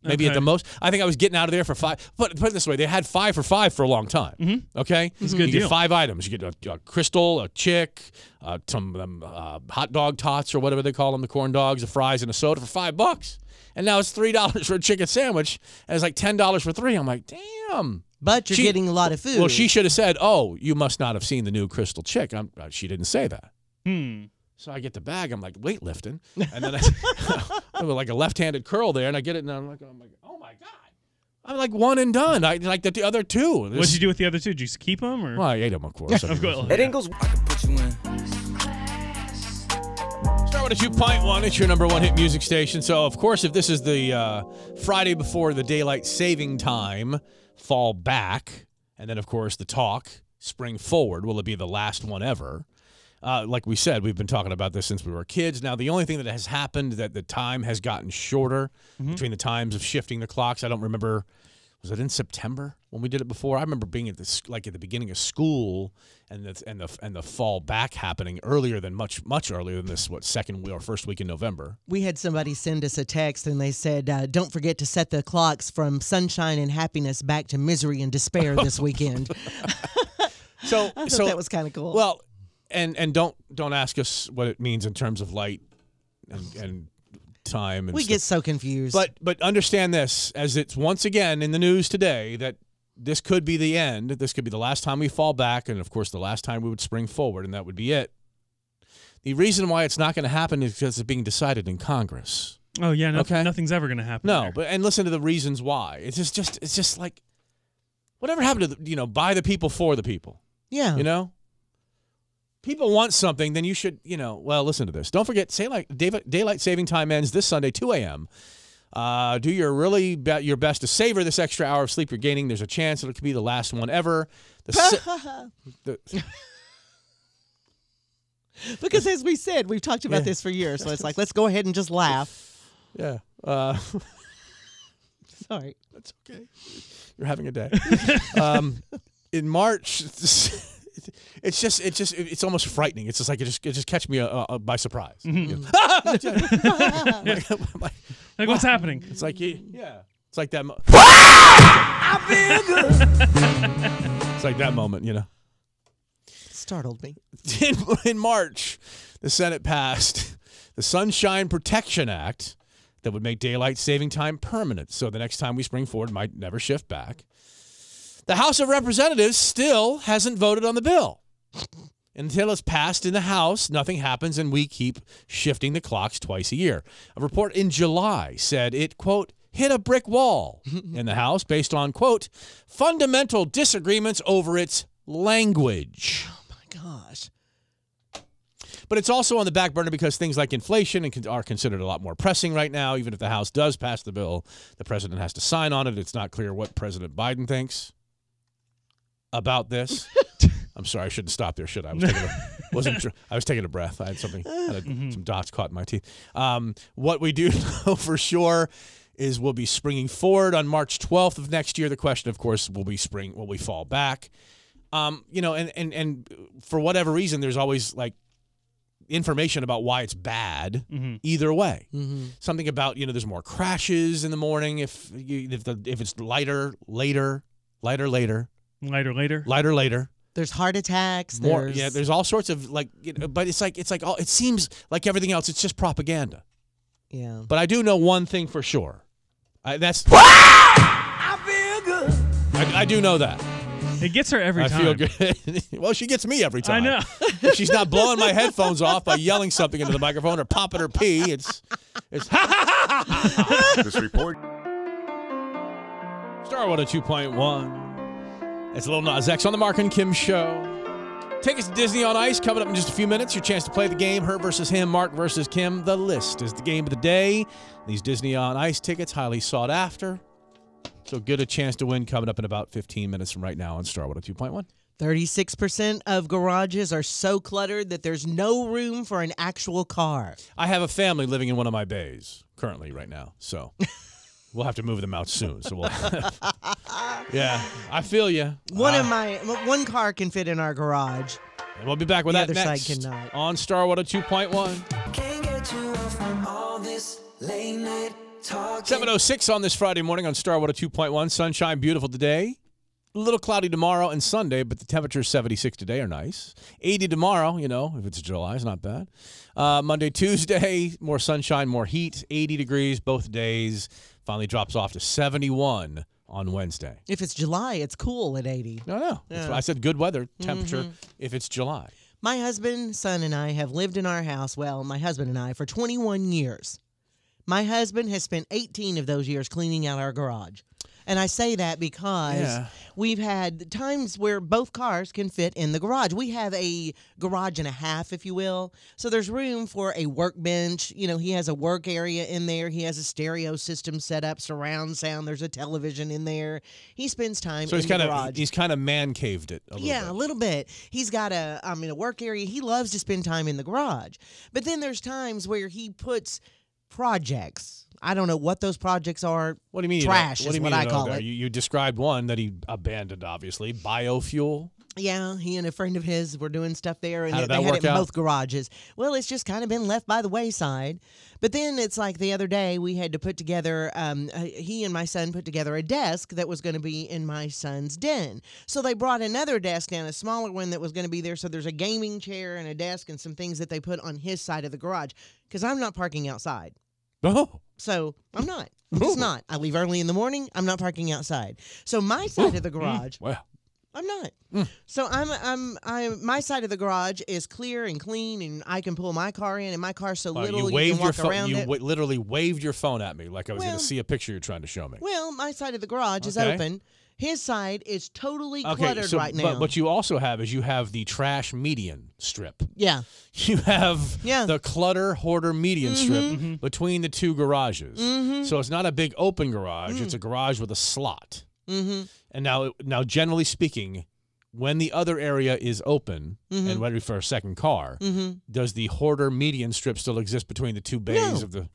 maybe at Okay. the most. I think I was getting out of there for five. But put it this way, they had five for five for a long time. Mm-hmm. Okay, It's a good you Get deal. five items. You get a, a crystal, a chick, uh, some um, uh, hot dog tots or whatever they call them, the corn dogs, the fries, and a soda for five bucks. And now it's three dollars for a chicken sandwich, and it's like ten dollars for three. I'm like, damn. But you're She- getting a lot of food. Well, she should have said, "Oh, you must not have seen the new Crystal Chick." I'm, uh, she didn't say that. Hmm. So I get the bag. I'm like weightlifting, and then I, I'm like a left-handed curl there, and I get it, and I'm like, I'm like, oh my god, I'm like one and done. I like the, the other two. What'd you do with the other two? Did you just keep them or? Well, I ate them, of course. I mean, Of course. It ain't goes. Start with a two point one. It's your number one hit music station. So, of course, if this is the uh, Friday before the daylight saving time, fall back, and then of course the talk, spring forward. Will it be the last one ever? Uh, like we said, we've been talking about this since we were kids. Now, the only thing that has happened that the time has gotten shorter Mhm. between the times of shifting the clocks. I don't remember. Was it in September when we did it before? I remember being at the s- like at the beginning of school and the and the and the fall back happening earlier than much much earlier than this what second we- or first week in November. We had somebody send us a text and they said, uh, Don't forget to set the clocks from sunshine and happiness back to misery and despair this weekend. So I thought so that was kind of cool. Well, and and don't don't ask us what it means in terms of light and, and time. And we stuff. get so confused. But but understand this, as it's once again in the news today that this could be the end. This could be the last time we fall back, and of course the last time we would spring forward, and that would be it. The reason why it's not going to happen is because it's being decided in Congress. Oh yeah. No, Nothing's ever gonna happen. No, there. but and listen to the reasons why. It's just just it's just like whatever happened to the, you know by the people for the people. yeah. You know? People want something, then you should, you know, well, listen to this. Don't forget, say like daylight, daylight saving time ends this Sunday, 2 a.m. Uh, do your really be- your best to savor this extra hour of sleep you're gaining. There's a chance it could be the last one ever. The si- the- because as we said, we've talked about this for years. So it's like, let's go ahead and just laugh. yeah, uh, Sorry. That's okay. you're having a day. um, in March, it's just it's just it's almost frightening. It's just like it just it just catch me uh, uh, by surprise. You know? like what's happening? It's like you, yeah. It's like that. Mo- I'm It's like that moment, you know. Startled me. In, in March, the Senate passed the Sunshine Protection Act that would make daylight saving time permanent. So the next time we spring forward might never shift back. The House of Representatives still hasn't voted on the bill. Until it's passed in the House, nothing happens and we keep shifting the clocks twice a year. A report in July said it, quote, hit a brick wall in the House based on, quote, fundamental disagreements over its language. Gosh. But it's also on the back burner because things like inflation and con- are considered a lot more pressing right now. Even if the House does pass the bill, the president has to sign on it. It's not clear what President Biden thinks about this. I'm sorry, I shouldn't stop there, should I? I was taking a, wasn't tr- I was taking a breath. I had something, had a- some dots caught in my teeth. Um, what we do know for sure is we'll be springing forward on March 12th of next year. The question, of course, will be spring. Will we fall back? Um, you know, and and and for whatever reason, there's always like information about why it's bad Mm-hmm. either way. Something about you know there's more crashes in the morning if you, if the if it's lighter later lighter later lighter later lighter later There's heart attacks. more there's... yeah there's all sorts of like you know, but it's like it's like all it seems like everything else it's just propaganda. Yeah. But I do know one thing for sure. I, that's I, I do know that. It gets her every I time. feel good. well, she gets me every I time. know. If she's not blowing my headphones off by yelling something into the microphone or popping her pee. It's it's this report. Star 102.1. It's Lil Nas X on the Mark and Kim show. Tickets to Disney on Ice coming up in just a few minutes. Your chance to play the game: her versus him, Mark versus Kim. The list is the game of the day. These Disney on Ice tickets highly sought after. So good a chance to win coming up in about 15 minutes from right now on Star 102.1. 36% of garages are so cluttered that there's no room for an actual car. I have a family living in one of my bays currently right now, so we'll have to move them out soon. So we'll, yeah, I feel you. One of my one car can fit in our garage. And we'll be back with The that other side next cannot. on Star 102.1. Can't get you off from all this late night talk. 706 on this Friday morning on Star 102.1. Sunshine, beautiful today. A little cloudy tomorrow and Sunday, but the temperatures 76 today are nice. 80 tomorrow, you know, if it's July, it's not bad. Uh, Monday, Tuesday, more sunshine, more heat, 80 degrees both days. Finally drops off to 71 on Wednesday. If it's July, it's cool at 80. No, no. That's why I said good weather temperature Mm-hmm. if it's July. My husband, son, and I have lived in our house, well, my husband and I, for 21 years. My husband has spent 18 of those years cleaning out our garage. And I say that because Yeah. we've had times where both cars can fit in the garage. We have a garage and a half, if you will. So there's room for a workbench. You know, he has a work area in there. He has a stereo system set up, surround sound. There's a television in there. He spends time So in he's the kind garage of he's kind of man caved it a little yeah, bit. a little bit. He's got a, I mean, a work area. He loves to spend time in the garage. But then there's times where he puts projects. I don't know what those projects are. What do you mean? you don't- Trash what do is you what mean you I don't call know? it. You, you described one that he abandoned, obviously. Biofuel. Yeah, he and a friend of his were doing stuff there, and How they did that had work it in out? both garages. Well, it's just kind of been left by the wayside. But then it's like the other day we had to put together. Um, uh, he and my son put together a desk that was going to be in my son's den. So they brought another desk down, a smaller one that was going to be there. So there's a gaming chair and a desk and some things that they put on his side of the garage because I'm not parking outside. Oh. So I'm not. I'm just not. I leave early in the morning. I'm not parking outside. So my side of the garage. Wow. I'm not. Mm. So I'm I'm I'm my side of the garage is clear and clean and I can pull my car in and my car's so Wow, little Oh, you you, waved can your walk phone. around You it. wa- literally waved your phone at me like I was Well- going to see a picture you're trying to show me. well, my side of the garage is Okay. open. His side is totally Okay, cluttered so right now. but what you also have is you have the trash median strip. yeah. You have Yeah. the clutter hoarder median strip Mhm. between the two garages. Mhm. So it's not a big open garage; Mm. it's a garage with a slot. Mhm. And now, now, generally speaking, when the other area is open Mhm. and ready for a second car, Mhm. does the hoarder median strip still exist between the two bays of the?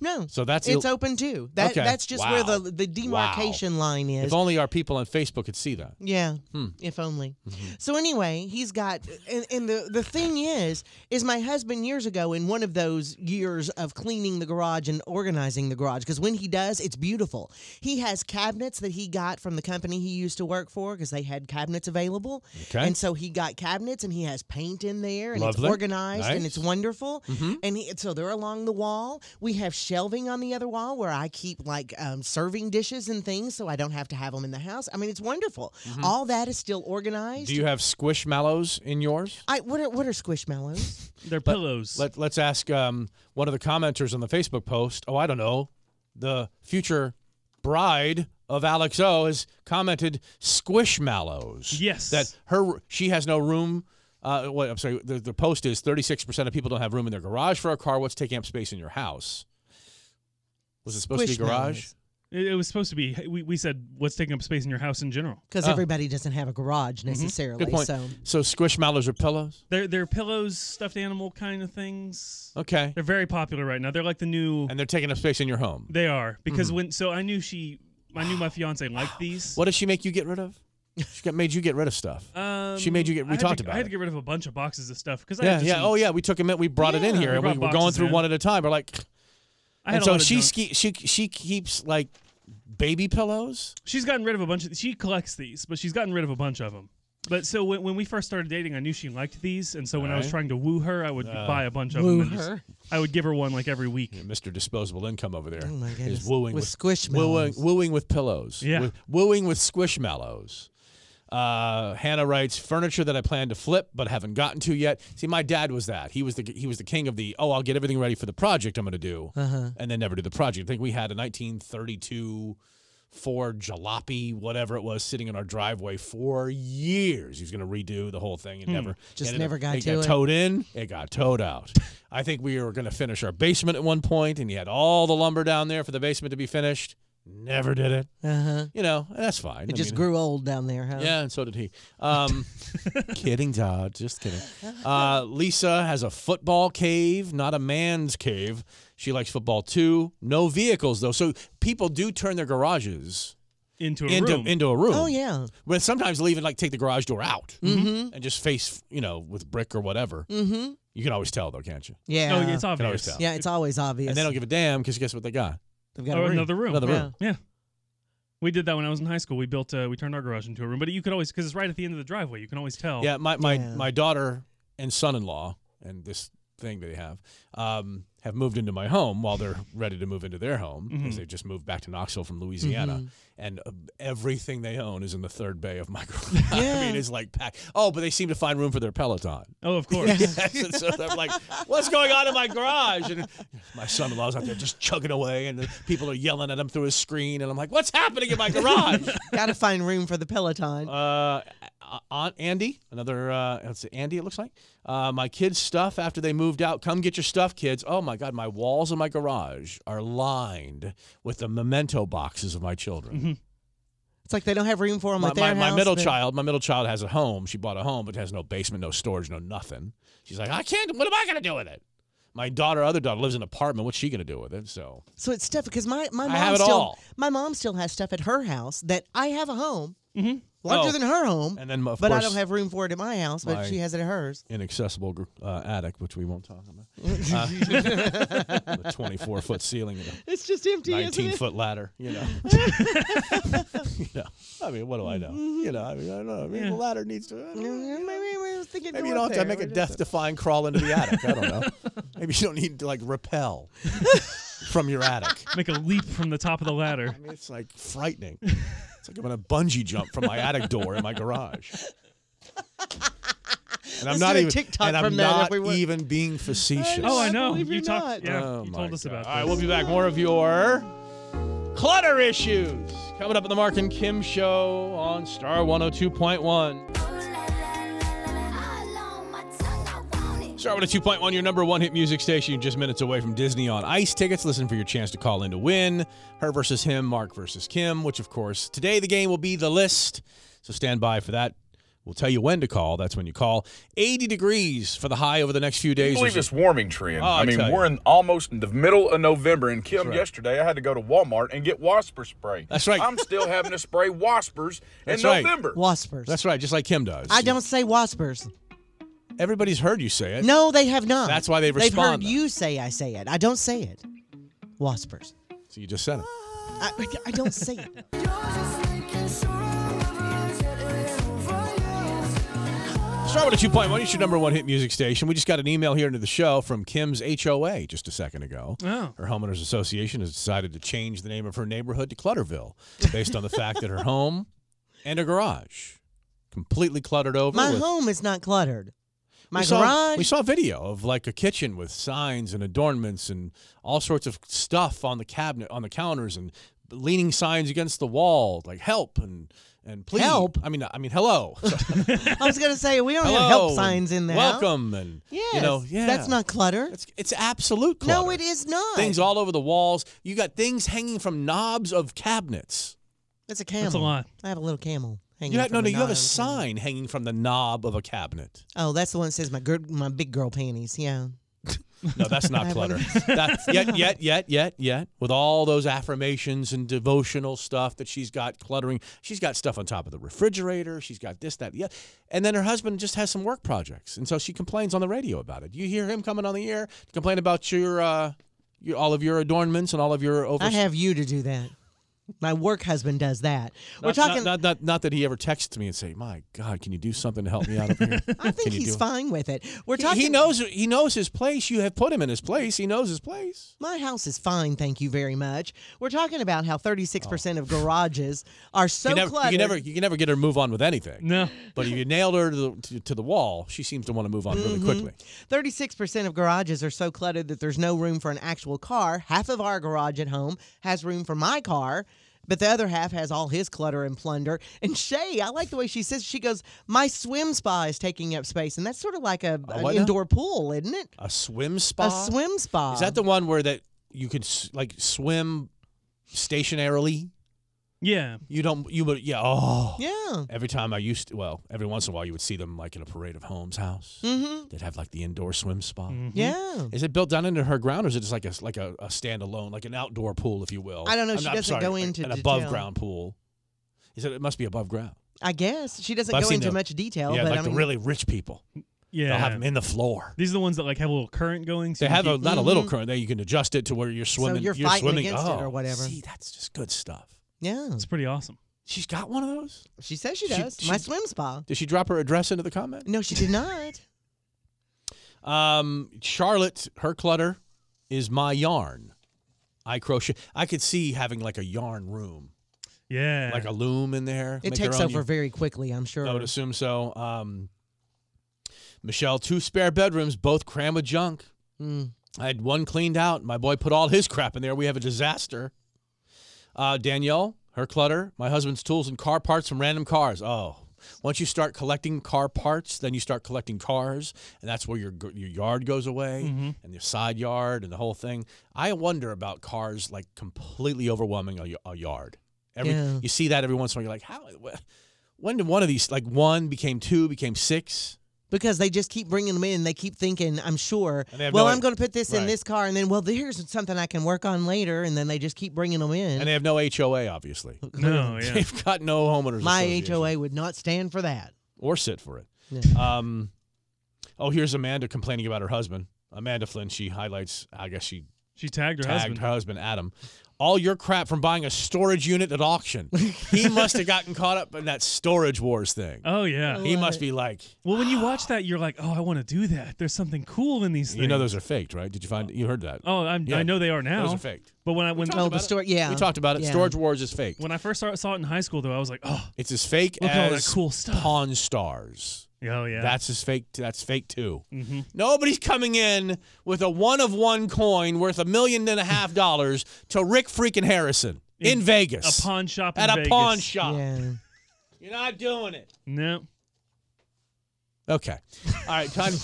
No. So that's it's ill- open too. That Okay. that's just Wow. where the the Wow. demarcation line is. If only our people on Facebook could see that. Yeah. Hmm. Mm-hmm. If only. So anyway, he's got and, and the the thing is is my husband years ago in one of those years of cleaning the garage and organizing the garage because when he does, it's beautiful. He has cabinets that he got from the company he used to work for because they had cabinets available. Okay. And so he got cabinets and he has paint in there and Lovely. it's organized and Nice. it's wonderful. Mhm. And he, so they're along the wall. We have shelving on the other wall where I keep like um, serving dishes and things so I don't have to have them in the house. I mean, it's wonderful. Mhm. All that is still organized. Do you have squishmallows in yours? I what are what are squishmallows? They're pillows. Let, let's ask um, one of the commenters on the Facebook post. Oh, I don't know. The future bride of Alex O has commented squishmallows. Yes. That her she has no room. Uh, what I'm sorry. The, the post is 36 percent of people don't have room in their garage for a car. What's taking up space in your house? Was it supposed to be garage? It, it was supposed to be. We, we said what's taking up space in your house in general. Because everybody doesn't have a garage necessarily. Uh. Mm-hmm. Good point. So So squishmallows are pillows. They're they're pillows, stuffed animal kind of things. Okay. They're very popular right now. They're like the new. And they're taking up space in your home. They are because Mhm. when so I knew she, I knew my fiance liked these. What does she make you get rid of? She got, made you get rid of stuff. Um, she made you get. I We had talked to, about. I had it. to get rid of a bunch of boxes of stuff because I yeah, had to yeah. see- Oh, yeah. We took a minute. We brought it in Yeah, here, we and we brought were going boxes through in. one at a time. We're like, I had and a so lot of she junk. ski, she she keeps like baby pillows. She's gotten rid of a bunch of. She collects these, but she's gotten rid of a bunch of them. But so when, when we first started dating, I knew she liked these, and so when I was Alright. trying to woo her, I would Uh, buy a bunch of woo them. and just- her? I would give her one like every week. Mr. Disposable Income over there is Oh my goodness. wooing With with, wooing, squishmallows. wooing with pillows. Yeah. Woo- wooing with squishmallows. Uh, Hannah writes furniture that I plan to flip but haven't gotten to yet. See, my dad was that. He was the he was the king of the oh I'll get everything ready for the project I'm going to do Uh-huh. and then never do the project. I think we had a 1932 Ford Jalopy, whatever it was, sitting in our driveway for years. He was going to redo the whole thing and Hmm. never Just ended never got it to got it. towed in, it got towed out. I think we were going to finish our basement at one point, and he had all the lumber down there for the basement to be finished. Never did it. Uh-huh. You know, and that's fine. it I just mean, grew old down there, huh? Yeah, and so did he. Um, kidding, Todd. Just kidding. Uh, Lisa has a football cave, not a man's cave. She likes football too. No vehicles though, so people do turn their garages Into a into, room. into a room. Oh yeah. But sometimes they'll even like take the garage door out Mhm. Mm-hmm. and just face, you know, with brick or whatever. Mm-hmm. You can always tell though, can't you? Yeah. You can always Oh, tell. Yeah, it's always obvious. And they don't give a damn because guess what they got? They've got Oh, a room. another room. Another room. Yeah. We did that when I was in high school. We built, uh, we turned our garage into a room, but you could always, because it's right at the end of the driveway, you can always tell. Yeah, my my, my daughter and son-in-law and this thing that they have um, have moved into my home while they're ready to move into their home because Mhm. they've just moved back to Knoxville from Louisiana, Mm-hmm. Mhm. and uh, everything they own is in the third bay of my garage. I mean, it's like packed. Oh, but they seem to find room for their Peloton. Oh, of course. Yes, and so they're like, what's going on in my garage? And my son-in-law's out there just chugging away, and the people are yelling at him through his screen, and I'm like, what's happening in my garage? Got to find room for the Peloton. Uh, A- Aunt Andy, another uh, it's Andy. It looks like uh, my kids' stuff after they moved out. Come get your stuff, kids. Oh my God, my walls in my garage are lined with the memento boxes of my children. It's like they don't have room for them My, at my, their my house, middle but- child, my middle child has a home. She bought a home, but has no basement, no storage, no nothing. She's like, I can't. What am I gonna do with it? My daughter, other daughter, lives in an apartment. What's she gonna do with it? So So it's stuff because my my I mom have it still all. my mom still has stuff at her house that I have a home larger Oh. than her home, And then, of but I course, don't have room for it at my house, but my- she has it at hers. inaccessible gr- uh, attic, which we won't talk about. Uh, the 24 foot ceiling. And a It's just empty, isn't it? 19 foot ladder, you know. you know. I mean, what do I know? You know, I mean, I don't know. I mean, the ladder needs to. I don't know. Maybe you don't have to make a death defying crawl into the attic. I don't know. Maybe you don't need to like rappel from your attic. Make a leap from the top of the ladder. I mean, it's like frightening. It's like I'm going to bungee jump from my attic door in my garage. And I'm Let's not do a even, TikTok and I'm from that if not we want. even being facetious. Oh, I know. You talked. Yeah, Oh, you my told us God. about. All right, we'll be back. More of your clutter issues coming up on the Mark and Kim show on Star 102.1. Star 102.1, your number one hit music station, just minutes away from Disney on Ice tickets. Listen for your chance to call in to win. Her versus him, Mark versus Kim, which, of course, today the game will be the list. So stand by for that. We'll tell you when to call. That's when you call. 80 degrees for the high over the next few Can you days. believe this warming trend? Oh, I I mean, tell you. we're in almost in the middle of November, and Kim, That's right. yesterday I had to go to Walmart and get wasper spray. That's right. I'm still having to spray waspers in That's right. November. Waspers. That's right, just like Kim does. I don't say waspers. Everybody's heard you say it. No, they have not. That's why they They've heard respond, though. you say I say it. I don't say it. Waspers. So you just said it. I, I don't say it. Strawberry at 2.1 is your number one hit music station. We just got an email here into the show from Kim's HOA just a second ago. Oh. Her homeowners association has decided to change the name of her neighborhood to Clutterville based on the fact that her home and her garage completely cluttered over. My with- home is not cluttered. My garage. we saw, We saw a video of like a kitchen with signs and adornments and all sorts of stuff on the cabinet, on the counters, and leaning signs against the wall, like help and and please. Help? I mean, I mean, hello. I was gonna say we don't Hello have help and signs in there. Welcome and Yes, you know, yeah. That's not clutter. It's, it's absolute clutter. No, it is not. Things all over the walls. You got things hanging from knobs of cabinets. That's a camel. lot. I have a little camel hanging. You had, no, from no, the you have a knob. sign hanging from the knob of a cabinet. Oh, that's the one that says my gir- my big girl panties. Yeah. No, that's I not have one clutter. of That's yet, yet, yet, yet, yet. With all those affirmations and devotional stuff that she's got cluttering, she's got stuff on top of the refrigerator. She's got this, that, yeah. And then her husband just has some work projects, and so she complains on the radio about it. You hear him coming on the air to complain about your, uh, your all of your adornments and all of your over. I have you to do that. My work husband does that. We're Not- talking. Not, not, not, not that he ever texts me and say, "My God, can you do something to help me out over here?" I think he's fine with it. We're talking. He knows. He knows his place. You have put him in his place. He knows his place. My house is fine, thank you very much. We're talking about how 36% of garages are so you, Oh. never, you cluttered. can never you can never get her to move on with anything. No. But if you nailed her to the, to, to the wall, she seems to want to move on really Mhm. quickly. 36% of garages are so cluttered that there's no room for an actual car. Half of our garage at home has room for my car, but the other half has all his clutter and plunder. And Shay, I like the way she says, she goes, My swim spa is taking up space. And that's sort of like a, an Oh, what now? indoor pool, isn't it? A swim spa. A swim spa. Is that the one where that you can s- like swim stationarily? Yeah. You don't you would yeah oh Yeah. Every time I used to, well, every once in a while you would see them like in a Parade of Homes house. Mhm. They'd have like the indoor swim spa. Yeah. Is it built down into her ground or is it just like a like a, a standalone, like an outdoor pool, if you will? I don't know. I'm She not- I'm doesn't sorry, go a- into an detail. above ground pool. Is it it must be above ground. I guess. She doesn't But I've go seen into the- much detail, Yeah, but like I mean, the really rich people. Yeah. They'll have them in the floor. These are the ones that like have a little current going. So They you have a, keep- not a mm-hmm. little current there. You can adjust it to where you're swimming. you're fighting swimming. against it oh, or whatever. See, that's just good stuff. Yeah. It's pretty awesome. She's got one of those. She says she She- does. My she- swim spa. Did she drop her address into the comment? No, she did not. Um, Charlotte, her clutter is my yarn. I crochet. I could see having like a yarn room. Yeah. Like a loom in there. It make her takes own over yarn. very quickly, I'm sure. I would assume so. Um, Michelle, two spare bedrooms, both crammed with junk. Mm. I had one cleaned out. My boy put all his crap in there. We have a disaster. Uh, Danielle, her clutter, my husband's tools and car parts from random cars. Oh, once you start collecting car parts, then you start collecting cars, and that's where your g- your yard goes away, Mhm. and your side yard, and the whole thing. I wonder about cars like completely overwhelming a, y- a yard. Every Yeah. you see that every once in a while, you're like, how? wh- When did one of these like one became two, became six? Because they just keep bringing them in. They keep thinking, I'm sure, they have well, no I'm i- going to put this in Right. this car, and then, well, here's something I can work on later. And then they just keep bringing them in. And they have no HOA, obviously. No, Oh, yeah. they've got no homeowners. My association. HOA would not stand for that. or sit for it. Um, oh, here's Amanda complaining about her husband. Amanda Flynn. She highlights. I guess she she tagged her husband. her husband Adam. All your crap from buying a storage unit at auction. he must have gotten caught up in that storage wars thing. Oh yeah. He must be like, Well, when you watch that, you're like, oh, I want to do that. There's something cool in these things. you know, those are faked, right? Did you find? You heard that? Oh, I'm, Yeah. I know they are now. Those are faked. But when I when talked Oh, the about it. store- yeah. We talked about it. Yeah. Storage Wars is fake. When I first saw, saw it in high school, though, I was like, oh, It's as fake Look at all that as cool Pawn Stars. Oh, yeah. That's as fake. That's fake too. mm-hmm. Nobody's coming in with a one of one coin worth a million and a half dollars to Rick freaking Harrison in, Vegas. a pawn shop in At a Vegas. pawn shop. You're not doing it. No. Okay. All right. Time.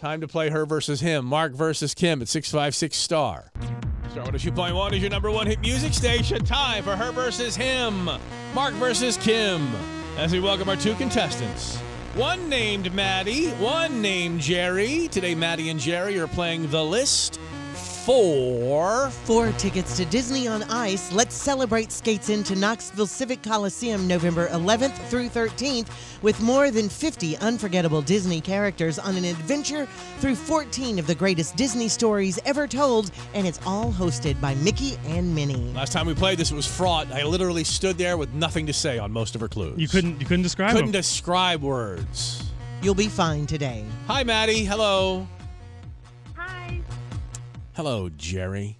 time to play her versus him. Mark versus Kim at six five six star. Star one two point one is your number one hit music station. Time for her versus him. Mark versus Kim. As we welcome our two contestants, one named Maddie, one named Jerry. Today, Maddie and Jerry are playing the list for four tickets to Disney on Ice. Let's celebrate skates into Knoxville Civic Coliseum November 11th through 13th with more than 50 unforgettable Disney characters on an adventure through 14 of the greatest Disney stories ever told, and it's all hosted by Mickey and Minnie. Last time we played this, it was fraught. I literally stood there with nothing to say on most of her clues. You couldn't. You couldn't describe. Couldn't them. describe words. You'll be fine today. Hi, Maddie. Hello. Hi. Hello, Jerry.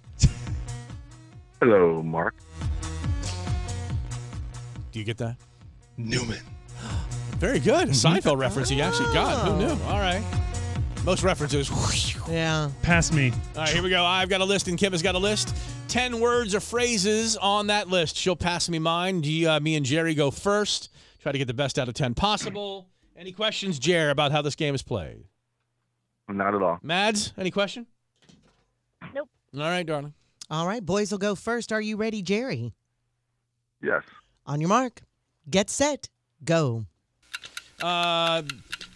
Hello, Mark. Do you get that? Newman. Very good. A Seinfeld reference you actually got. Who knew? All right. Most references. Yeah. Pass me. All right, here we go. I've got a list, and Kim has got a list. Ten words or phrases on that list. She'll pass me mine. G- uh, me and Jerry go first. Try to get the best out of ten possible. Any questions, Jer, about how this game is played? Not at all. Mads, any question? Nope. All right, darling. All right, boys will go first. Are you ready, Jerry? Yes. On your mark, get set, go. Uh,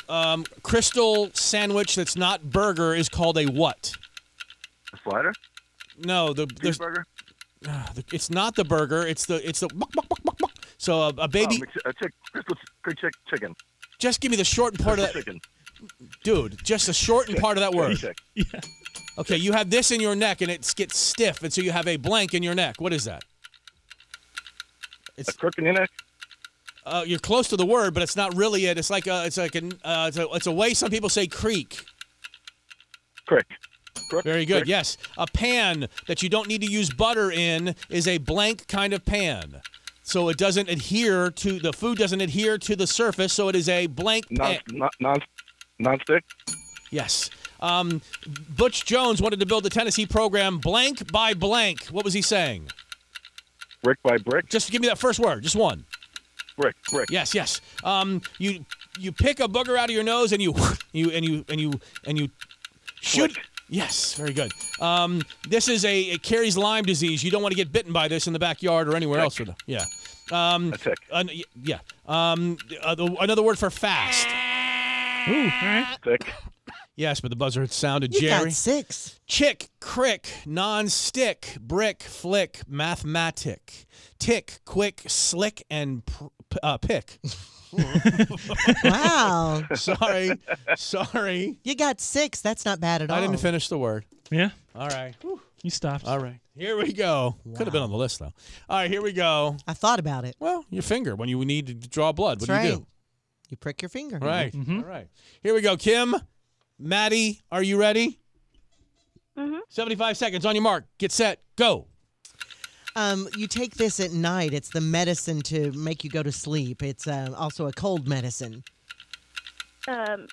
um, crystal sandwich that's not burger is called a what? A slider? No, the there's- Cheeseburger? Ah, the- it's not the burger. It's the it's the. muck, muck, muck, muck, muck. So a, a Oh, baby. mix- uh, chick, crystal ch- cr- chick, chicken. just give me the shortened part of that. Crystal chicken. Dude, just the shortened part of that word. Chick. Okay, you have this in your neck and it gets stiff, and so you have a blank in your neck. What is that? It's a crook in your neck. Uh, you're close to the word, but it's not really it. It's like a, it's like an, uh, it's, a, it's a way some people say creek. Crick. Very good. crick. Yes, a pan that you don't need to use butter in is a blank kind of pan, so it doesn't adhere to the food doesn't adhere to the surface, so it is a blank Non, pan. non, non, nonstick. Yes. Um, Butch Jones wanted to build the Tennessee program blank by blank. What was he saying? Brick by brick. Just give me that first word, just one. Brick, brick. Yes, yes. Um, you you pick a booger out of your nose and you you and you and you and you shoot. Yes, very good. Um, this is a it carries Lyme disease. You don't want to get bitten by this in the backyard or anywhere else. With it. Yeah. Um, an- y- yeah. Um, uh, the- another word for fast. Ooh, Yes, but the buzzer sounded You got Jerry. six. Chick, crick, non-stick, brick, flick, mathematic, tick, quick, slick, and pr- p- uh, pick. Wow. sorry, sorry. You got six. That's not bad at all. I Oh. didn't finish the word. Yeah. All right. You stopped. All right. Here we go. Could have been on the list though. All right, here we go. I thought about it. Well, your finger when you need to draw blood. What That's do you right. do? You prick your finger. Right. Mm-hmm. All right. Here we go. Kim, Maddie, are you ready? Mm-hmm. 75 seconds on your mark. Get set. Go. Um, you take this at night. It's the medicine to make you go to sleep. It's uh, also a cold medicine. Um,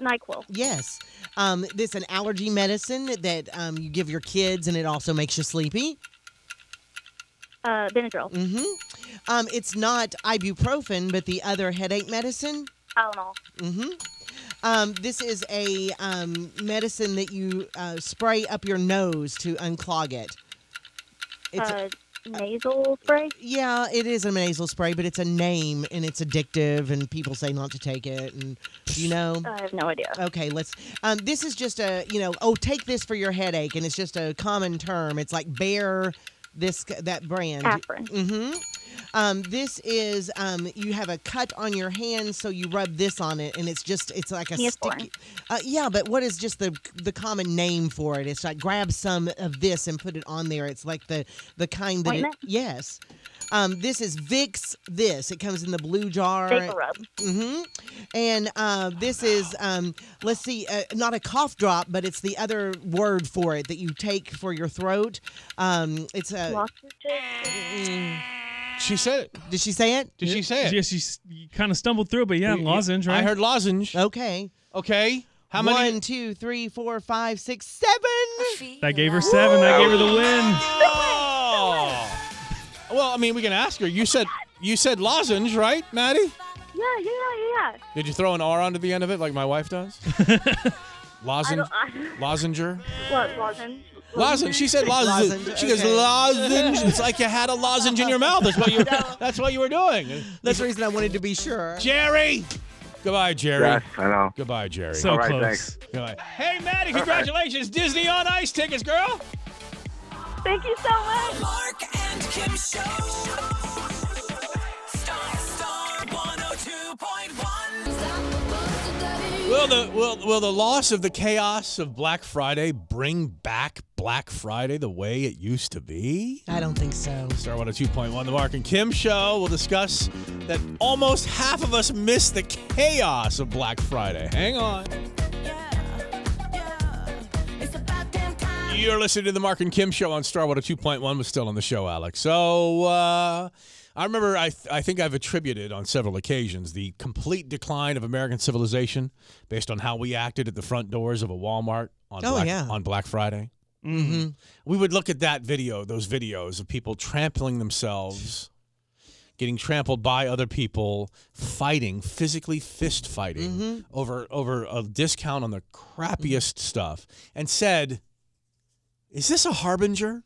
NyQuil. Yes. Um, this an allergy medicine that um, you give your kids, and it also makes you sleepy. Uh, Benadryl. Mm-hmm. Um, it's not ibuprofen, but the other headache medicine. Tylenol. Mm-hmm. Um, this is a um, medicine that you uh, spray up your nose to unclog it. Uh, nasal spray? Yeah, it is a nasal spray, but it's a name and it's addictive, and people say not to take it. And you know, I have no idea. Okay, let's. Um, this is just a you know, oh, take this for your headache, and it's just a common term. It's like bear this that brand. Aspirin. Mm-hmm. Um, this is um, you have a cut on your hand, so you rub this on it, and it's just it's like a Neosporin. sticky. Uh, yeah, but what is just the the common name for it? It's like grab some of this and put it on there. It's like the the kind that it, Ointment? yes. Um, this is Vicks. This it comes in the blue jar. Vapor rub. Mm-hmm. And uh, this is um, let's see, uh, not a cough drop, but it's the other word for it that you take for your throat. Um, it's a. Mm. She said it. Did she say it? Did she say it? Yeah, she kind of stumbled through, but yeah, Y- y- lozenge, right? I heard lozenge. Okay. Okay. How many? One, two, three, four, five, six, seven. That gave her seven. That gave her the win. Oh. Well, I mean, we can ask her. You said you said lozenge, right, Maddie? Yeah, yeah, yeah, yeah. Did you throw an R onto the end of it like my wife does? Lozen- lozenger? What, Lawson? Lozenge. She said lozenge. She goes lozenge. It's like you had a lozenge in your mouth. That's what you. That's what you were doing. That's the reason I wanted to be sure. Jerry. Goodbye, Jerry. Yes, I know. Goodbye, Jerry. So All right, close. thanks. Goodbye. Hey, Maddie, congratulations. Disney on Ice tickets, girl. Thank you so much. Mark and Kim Show. Star, star, 102.1. Will the will will the loss of the chaos of Black Friday bring back Black Friday the way it used to be? I don't think so. Star 102.1, The Mark and Kim Show. We'll discuss that almost half of us missed the chaos of Black Friday. Hang on. You're listening to the Mark and Kim show on oh Starwater 2.1 was still on the show, Alex. So uh, I remember I, th- I think I've attributed on several occasions the complete decline of American civilization based on how we acted at the front doors of a Walmart on, Oh, Black, yeah. on Black Friday. Mm-hmm. We would look at that video, those videos of people trampling themselves, getting trampled by other people, fighting, physically fist fighting Mm-hmm. over over a discount on the crappiest stuff, and said, "Is this a harbinger?"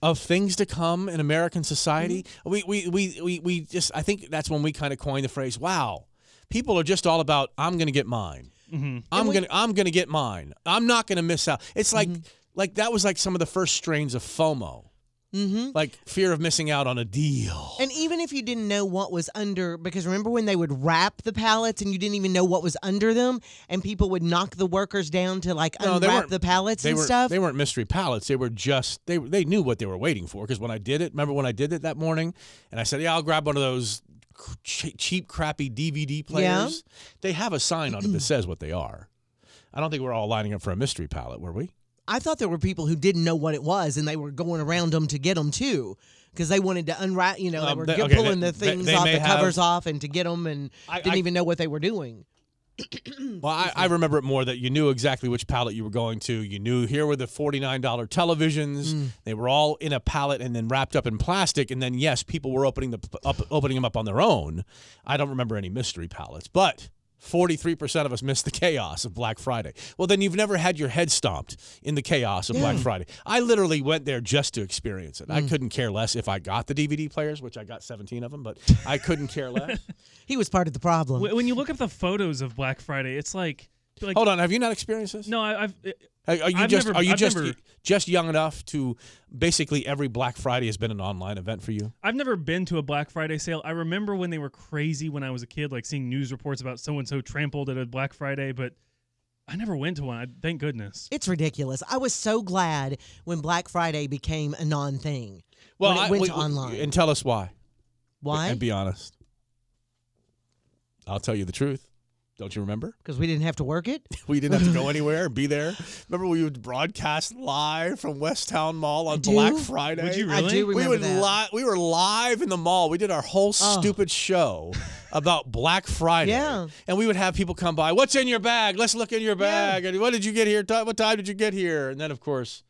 Of things to come in American society, Mm-hmm. we, we, we, we, we just I think that's when we kind of coined the phrase. Wow, people are just all about I'm going to get mine. I'm gonna I'm gonna get mine. I'm not gonna miss out. It's like like that was like some of the first strains of FOMO, Mm-hmm. like fear of missing out on a deal. And even if you didn't know what was under, because remember when they would wrap the pallets and you didn't even know what was under them, and people would knock the workers down to like unwrap weren't- the pallets they and were, stuff. They weren't mystery pallets. They were just they were- they knew what they were waiting for because when I did it, remember when I did it that morning, and I said, yeah, I'll grab one of those ch- cheap, crappy DVD players. Yeah. They have a sign on it that says what they are. I don't think we're all lining up for a mystery pallet, were we? I thought there were people who didn't know what it was and they were going around them to get them too, because they wanted to unwrap. You know, they Um, were they- g- okay, pulling they- the they- things they off, may the covers have- off, and to get them, and didn't I- even know what they were doing. Well, I, I remember it more that you knew exactly which pallet you were going to. You knew here were the $49 televisions. They were all in a pallet and then wrapped up in plastic. And then, yes, people were opening, the, up, opening them up on their own. I don't remember any mystery pallets, but 43% of us missed the chaos of Black Friday. Well, then you've never had your head stomped in the chaos of Black Yeah. Friday. I literally went there just to experience it. I couldn't care less if I got the DVD players, which I got 17 of them, but I couldn't care less. He was part of the problem. Wh- When you look up the photos of Black Friday, it's like, like Hold on, have you not experienced this? No, I, I've. Are, are you I've just never- are you I've just never- just young enough to basically every Black Friday has been an online event for you? I've never been to a Black Friday sale. I remember when they were crazy when I was a kid, like seeing news reports about so and so trampled at a Black Friday, but I never went to one. I, thank goodness. It's ridiculous. I was so glad when Black Friday became a non thing. when it I- went we- to we- online. and tell us why. Why? And be honest. I'll tell you the truth. Don't you remember? Because we didn't have to work it. We didn't have to go anywhere or be there. Remember, we would broadcast live from Westtown Mall on do? Black Friday. Would you I really? do we remember would that. Oh. li- we were live in the mall. We did our whole stupid show about Black Friday. Yeah. And we would have people come by. What's in your bag? Let's look in your bag. And what did you get here? Ti- What time did you get here? And then, of course,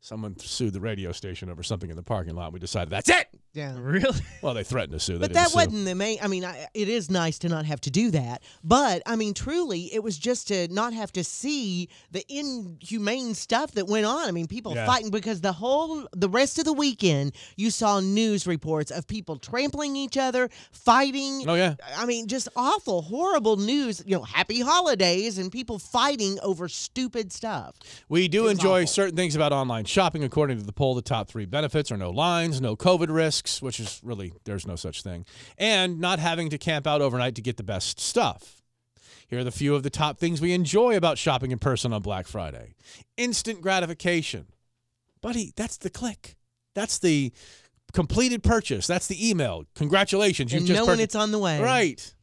someone sued the radio station over something in the parking lot. We decided that's it. Yeah. Really? Well, they threatened to sue. They But didn't that sue. wasn't the main. I mean, I, it is nice to not have to do that. But I mean, truly, it was just to not have to see the inhumane stuff that went on. I mean, people Yeah. fighting because the whole the rest of the weekend you saw news reports of people trampling each other, fighting. Oh, yeah. I mean, just awful, horrible news. You know, happy holidays and people fighting over stupid stuff. We do enjoy certain things about online shopping. According to the poll, the top three benefits are no lines, no COVID risks, which is really, there's no such thing, and not having to camp out overnight to get the best stuff. Here are the few of the top things we enjoy about shopping in person on Black Friday instant gratification. Buddy, that's the click. That's the completed purchase. That's the email. Congratulations. You've And just knowing purchased- it's on the way. Right.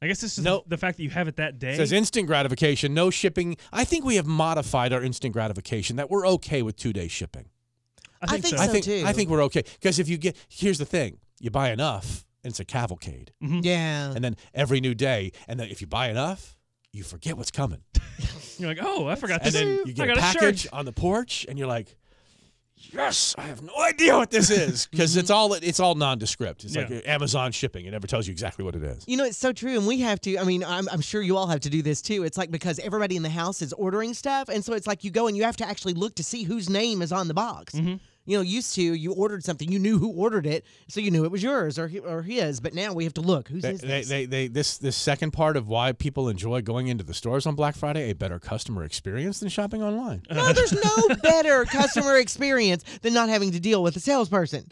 I guess this is the fact that you have it that day. It says instant gratification, no shipping. I think we have modified our instant gratification that we're okay with two day shipping. I think, so. I think, I think we're okay because if you get here's the thing, you buy enough, and it's a cavalcade, Mm. Yeah. and then every new day, and then if you buy enough, you forget what's coming, You're like, oh, I forgot and this. then you get I a got package shirt. on the porch, and you're like, yes, I have no idea what this is because Mm-hmm. it's all it's all nondescript. It's like Amazon shipping; it never tells you exactly what it is. You know, it's so true. And we have to, I mean, I'm, I'm sure you all have to do this too. It's like because everybody in the house is ordering stuff. And so it's like you go and you have to actually look to see whose name is on the box. Mm-hmm. You know, used to, you ordered something, you knew who ordered it. So you knew it was yours or, hi- or his. But now we have to look whose They, is they, this? they, they, this this second part of why people enjoy going into the stores on Black Friday a better customer experience than shopping online. no, there's no better customer experience than not having to deal with a salesperson.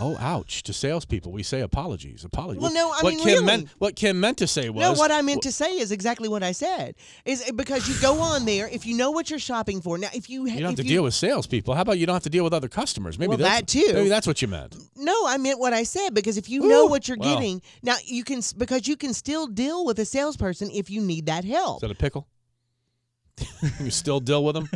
oh, ouch! To salespeople, we say apologies, apologies. Well, no, I what mean, Kim meant really. what Kim meant to say was no, what I meant to say is exactly what I said. Is eh, because you go on there if you know what you're shopping for. Now, if you ha- You don't have if to deal with salespeople. How about you don't have to deal with other customers? Maybe Well, that's, that too. Maybe that's what you meant. No, I meant what I said because if you know what you're Wow. getting, now you can s- because you can still deal with a salesperson if you need that Is help. that a pickle? you still deal with them?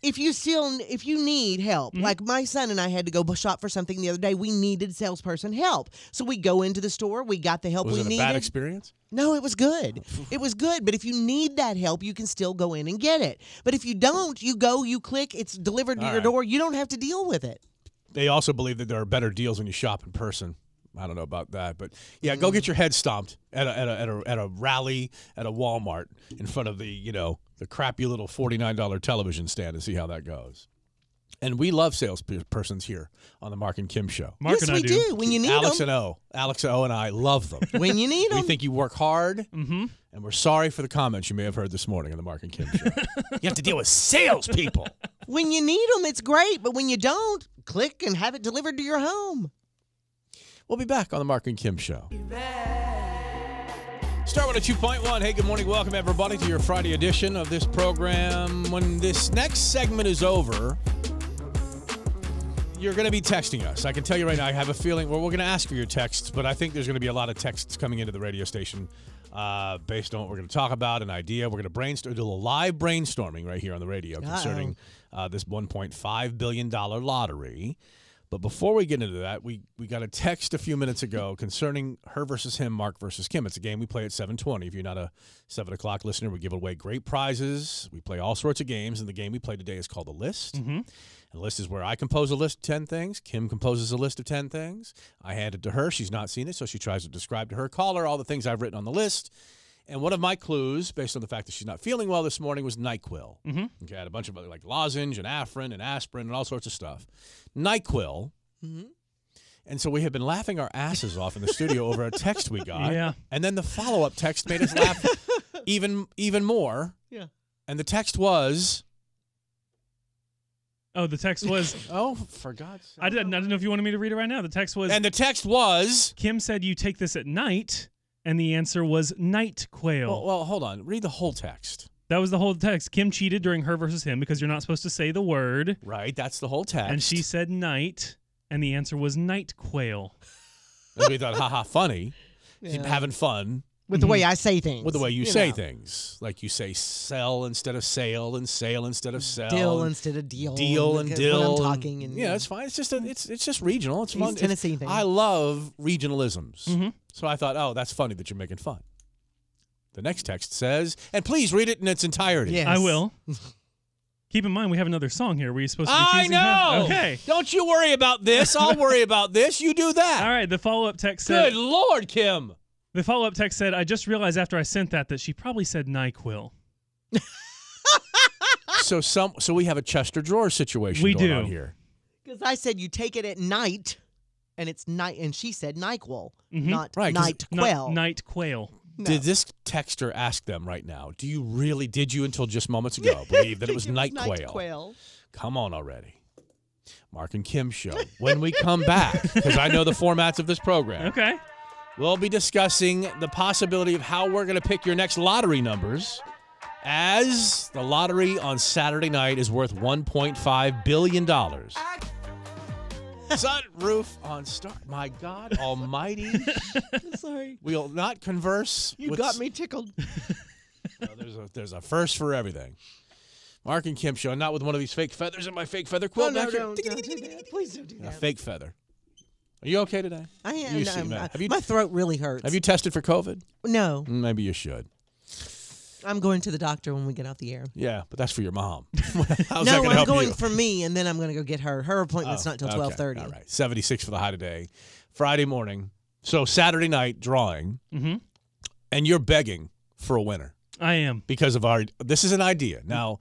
If you still if you need help, Mm-hmm. like my son and I had to go b- shop for something the other day, we needed salesperson help. So we go into the store, we got the help was we it a needed. bad experience? No, it was good. It was good, but if you need that help, you can still go in and get it. But if you don't, you go, you click, it's delivered to All your right. door. You don't have to deal with it. They also believe that there are better deals when you shop in person. I don't know about that, but yeah, go get your head stomped at a, at a, at a, at a rally at a Walmart in front of the you know the crappy little forty nine dollar television stand and see how that goes. And we love salespersons here on the Mark and Kim show. Mark yes, and I we do. when you need Alex them. and O, Alex O, and I love them. When you need we 'em. think you work hard, Mm-hmm. and we're sorry for the comments you may have heard this morning on the Mark and Kim show. you have to deal with salespeople. When you need them, it's great, but when you don't, click and have it delivered to your home. We'll be back on the Mark and Kim show. Start with a 2.1. Hey, good morning. Welcome, everybody, to your Friday edition of this program. When this next segment is over, you're going to be texting us. I can tell you right now, I have a feeling, well, we're going to ask for your texts, but I think there's going to be a lot of texts coming into the radio station uh, based on what we're going to talk about, an idea. We're going to brainstorm, do a live brainstorming right here on the radio Uh-oh. concerning uh, this $1.5 billion lottery. But before we get into that, we, we got a text a few minutes ago concerning her versus him, Mark versus Kim. It's a game we play at 720. If you're not a 7 o'clock listener, we give away great prizes. We play all sorts of games, and the game we play today is called The List. Mm-hmm. A list is where I compose a list of 10 things. Kim composes a list of 10 things. I hand it to her. She's not seen it, so she tries to describe to her caller all the things I've written on the list. And one of my clues, based on the fact that she's not feeling well this morning, was NyQuil. Mhm. Okay, I had a bunch of other, like lozenge and Afrin and aspirin and all sorts of stuff. NyQuil. And so we have been laughing our asses off in the studio over a text we got. Yeah. And then the follow up text made us laugh even even more. Yeah. And the text was, Oh, the text was. oh, for God's sake. I didn't, I didn't know if you wanted me to read it right now. The text was. And the text was. Kim said you take this at night, and the answer was night quail. Well, well, hold on. Read the whole text. that was the whole text. Kim cheated during her versus him because you're not supposed to say the word. Right. That's the whole text. And she said night, and the answer was night quail. And we thought, haha, funny. She's Yeah. Having fun With the way I say things. Mm-hmm. with the way you, say know. things. Like you say sell instead of sale and sale instead of sell. Deal and instead of deal. Deal and because when dill. I'm talking and yeah, it's fine. It's just a, it's it's just regional. It's These fun. It's- Tennessee things. I love regionalisms. So I thought, oh, that's funny that you're making fun. The next text says, and please read it in its entirety. I will. Keep in mind, we have another song here where you're supposed to be I choosing half- know. Okay. Don't you worry about this. I'll worry about this. You do that. All right. The follow up text said. Good Lord, Kim. The follow up text said, I just realized after I sent that that she probably said NyQuil. So some so we have a Chester drawer situation We going do. on here. Because I said you take it at night, and it's night, and she said NyQuil, Mhm. not Mm-hmm. Right, 'cause night Not- quell. night quail. Did this texter ask them right now? Do you really did you until just moments ago believe that it was night quail? Come on already. Mark and Kim show. When we come back, because I know the formats of this program. Okay. We'll be discussing the possibility of how we're going to pick your next lottery numbers as the lottery on Saturday night is worth $1.5 billion. Sunroof on star. My God almighty. Sorry, We'll not converse. you with- got me tickled. No, there's, a, there's a first for everything. Mark and Kim show, not with one of these fake feathers in my fake feather quilt Oh, no, back here. no, don't, don't do that. Please don't do A that. fake feather. Are you okay today? I am. You no, seem I'm- bad. I- Have you- my throat really hurts. Have you tested for COVID? No, Maybe you should. I'm going to the doctor when we get off the air. Yeah, but that's for your mom. no, How's that gonna I'm help going you? for me, and then I'm going to go get her. Her appointment's Oh, not till okay. 12:30. All right, seventy six for the high today. Friday morning, so Saturday night drawing, Mhm. and you're begging for a winner. I am because of our. This is an idea Mm-hmm. now.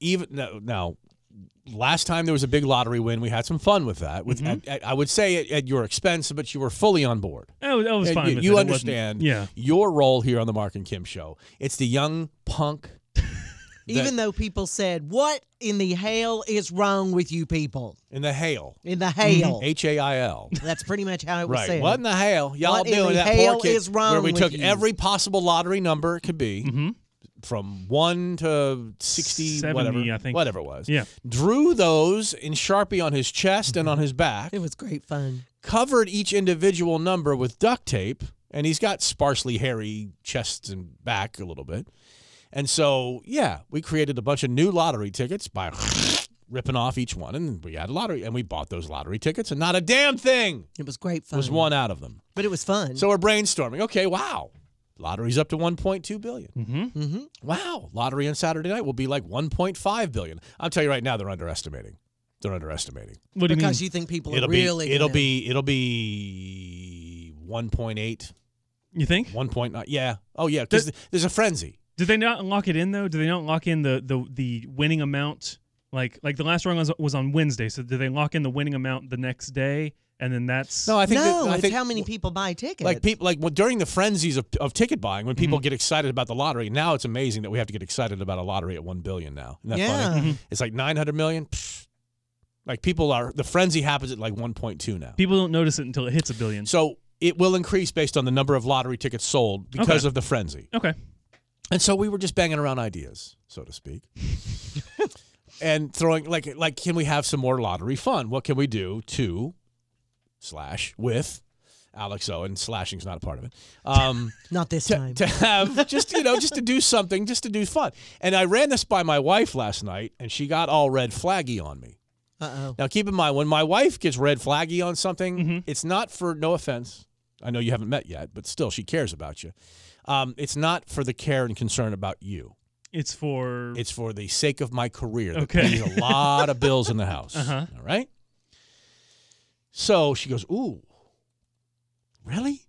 Even now, now, last time there was a big lottery win. We had some fun with that. With Mhm. at- at- I would say at, at your expense, but you were fully on board. I was, I was And fine you, with you it. It wasn't- understand Yeah. your role here on the Mark and Kim show. It's the young punk. Even though people said, "What in the hell is wrong with you people?" in the hail. In the hail. H A I L. That's pretty much how it was Mm-hmm. Right. said. What in the hell y'all What in doing? the that hell poor kid is wrong where we with took you? every possible lottery number it could be, Mm-hmm. from one to sixty, 70, whatever, I think. whatever it was. Yeah. drew those in sharpie on his chest and Mm-hmm. on his back. It was great fun. Covered each individual number with duct tape, and he's got sparsely hairy chest and back a little bit. And so, yeah, we created a bunch of new lottery tickets by ripping off each one, and we had a lottery, and we bought those lottery tickets, and not a damn thing It was great fun. was one out of them. But it was fun. So we're brainstorming. Okay, wow. Lottery's up to 1.2 billion. Mm-hmm. Mm-hmm. Wow. Lottery on Saturday night will be like 1.5 billion. I'll tell you right now, they're underestimating. They're underestimating. What do you because mean? you think people it'll are really be it'll gonna- be it'll be 1.8. You think? 1.9. Yeah. Oh yeah. Because there's a frenzy. Did they not lock it in though? Did they not lock in the the, the winning amount? Like like the last round was, was on Wednesday, so did they lock in the winning amount the next day, and then that's No, I think no, that- I it's think- how many people buy tickets. Like people, like well, during the frenzies of, of ticket buying, when Mm-hmm. people get excited about the lottery, now it's amazing that we have to get excited about a lottery at one billion now. Isn't that funny? Yeah. Mhm. It's like nine hundred million. Pfft. Like people are the frenzy happens at like one point two now. people don't notice it until it hits a billion. So it will increase based on the number of lottery tickets sold because Okay. of the frenzy. Okay. And so we were just banging around ideas, so to speak. and throwing like like can we have some more lottery fun? What can we do to slash with Alex Owen slashing's not a part of it. Um Not this time. to have just you know just to do something just to do fun and i ran this by my wife last night and she got all red flaggy on me Uh-oh. now keep in mind when my wife gets red flaggy on something Mm-hmm. it's not for no offense i know you haven't met yet but still she cares about you um, it's not for the care and concern about you It's for it's for the sake of my career that Okay. pays a lot of bills in the house Uh-huh. all right so she goes ooh really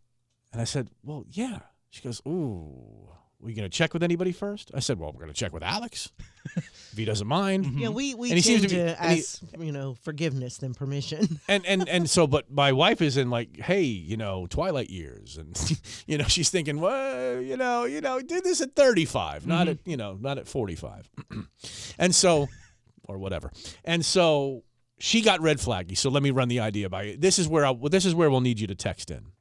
and I said, Well, yeah. She goes, Ooh, we gonna check with anybody first? I said, Well, we're gonna check with Alex. if he doesn't mind. Mm-hmm. Yeah, we we And he tend seems to, be- and he- ask you know forgiveness than permission. and and and so but my wife is in like hey you know twilight years and you know she's thinking well you know you know do this at 35 not at you know not at 45 and so or whatever and so she got red flaggy so let me run the idea by you this is where I, well, this is where we'll need you to text in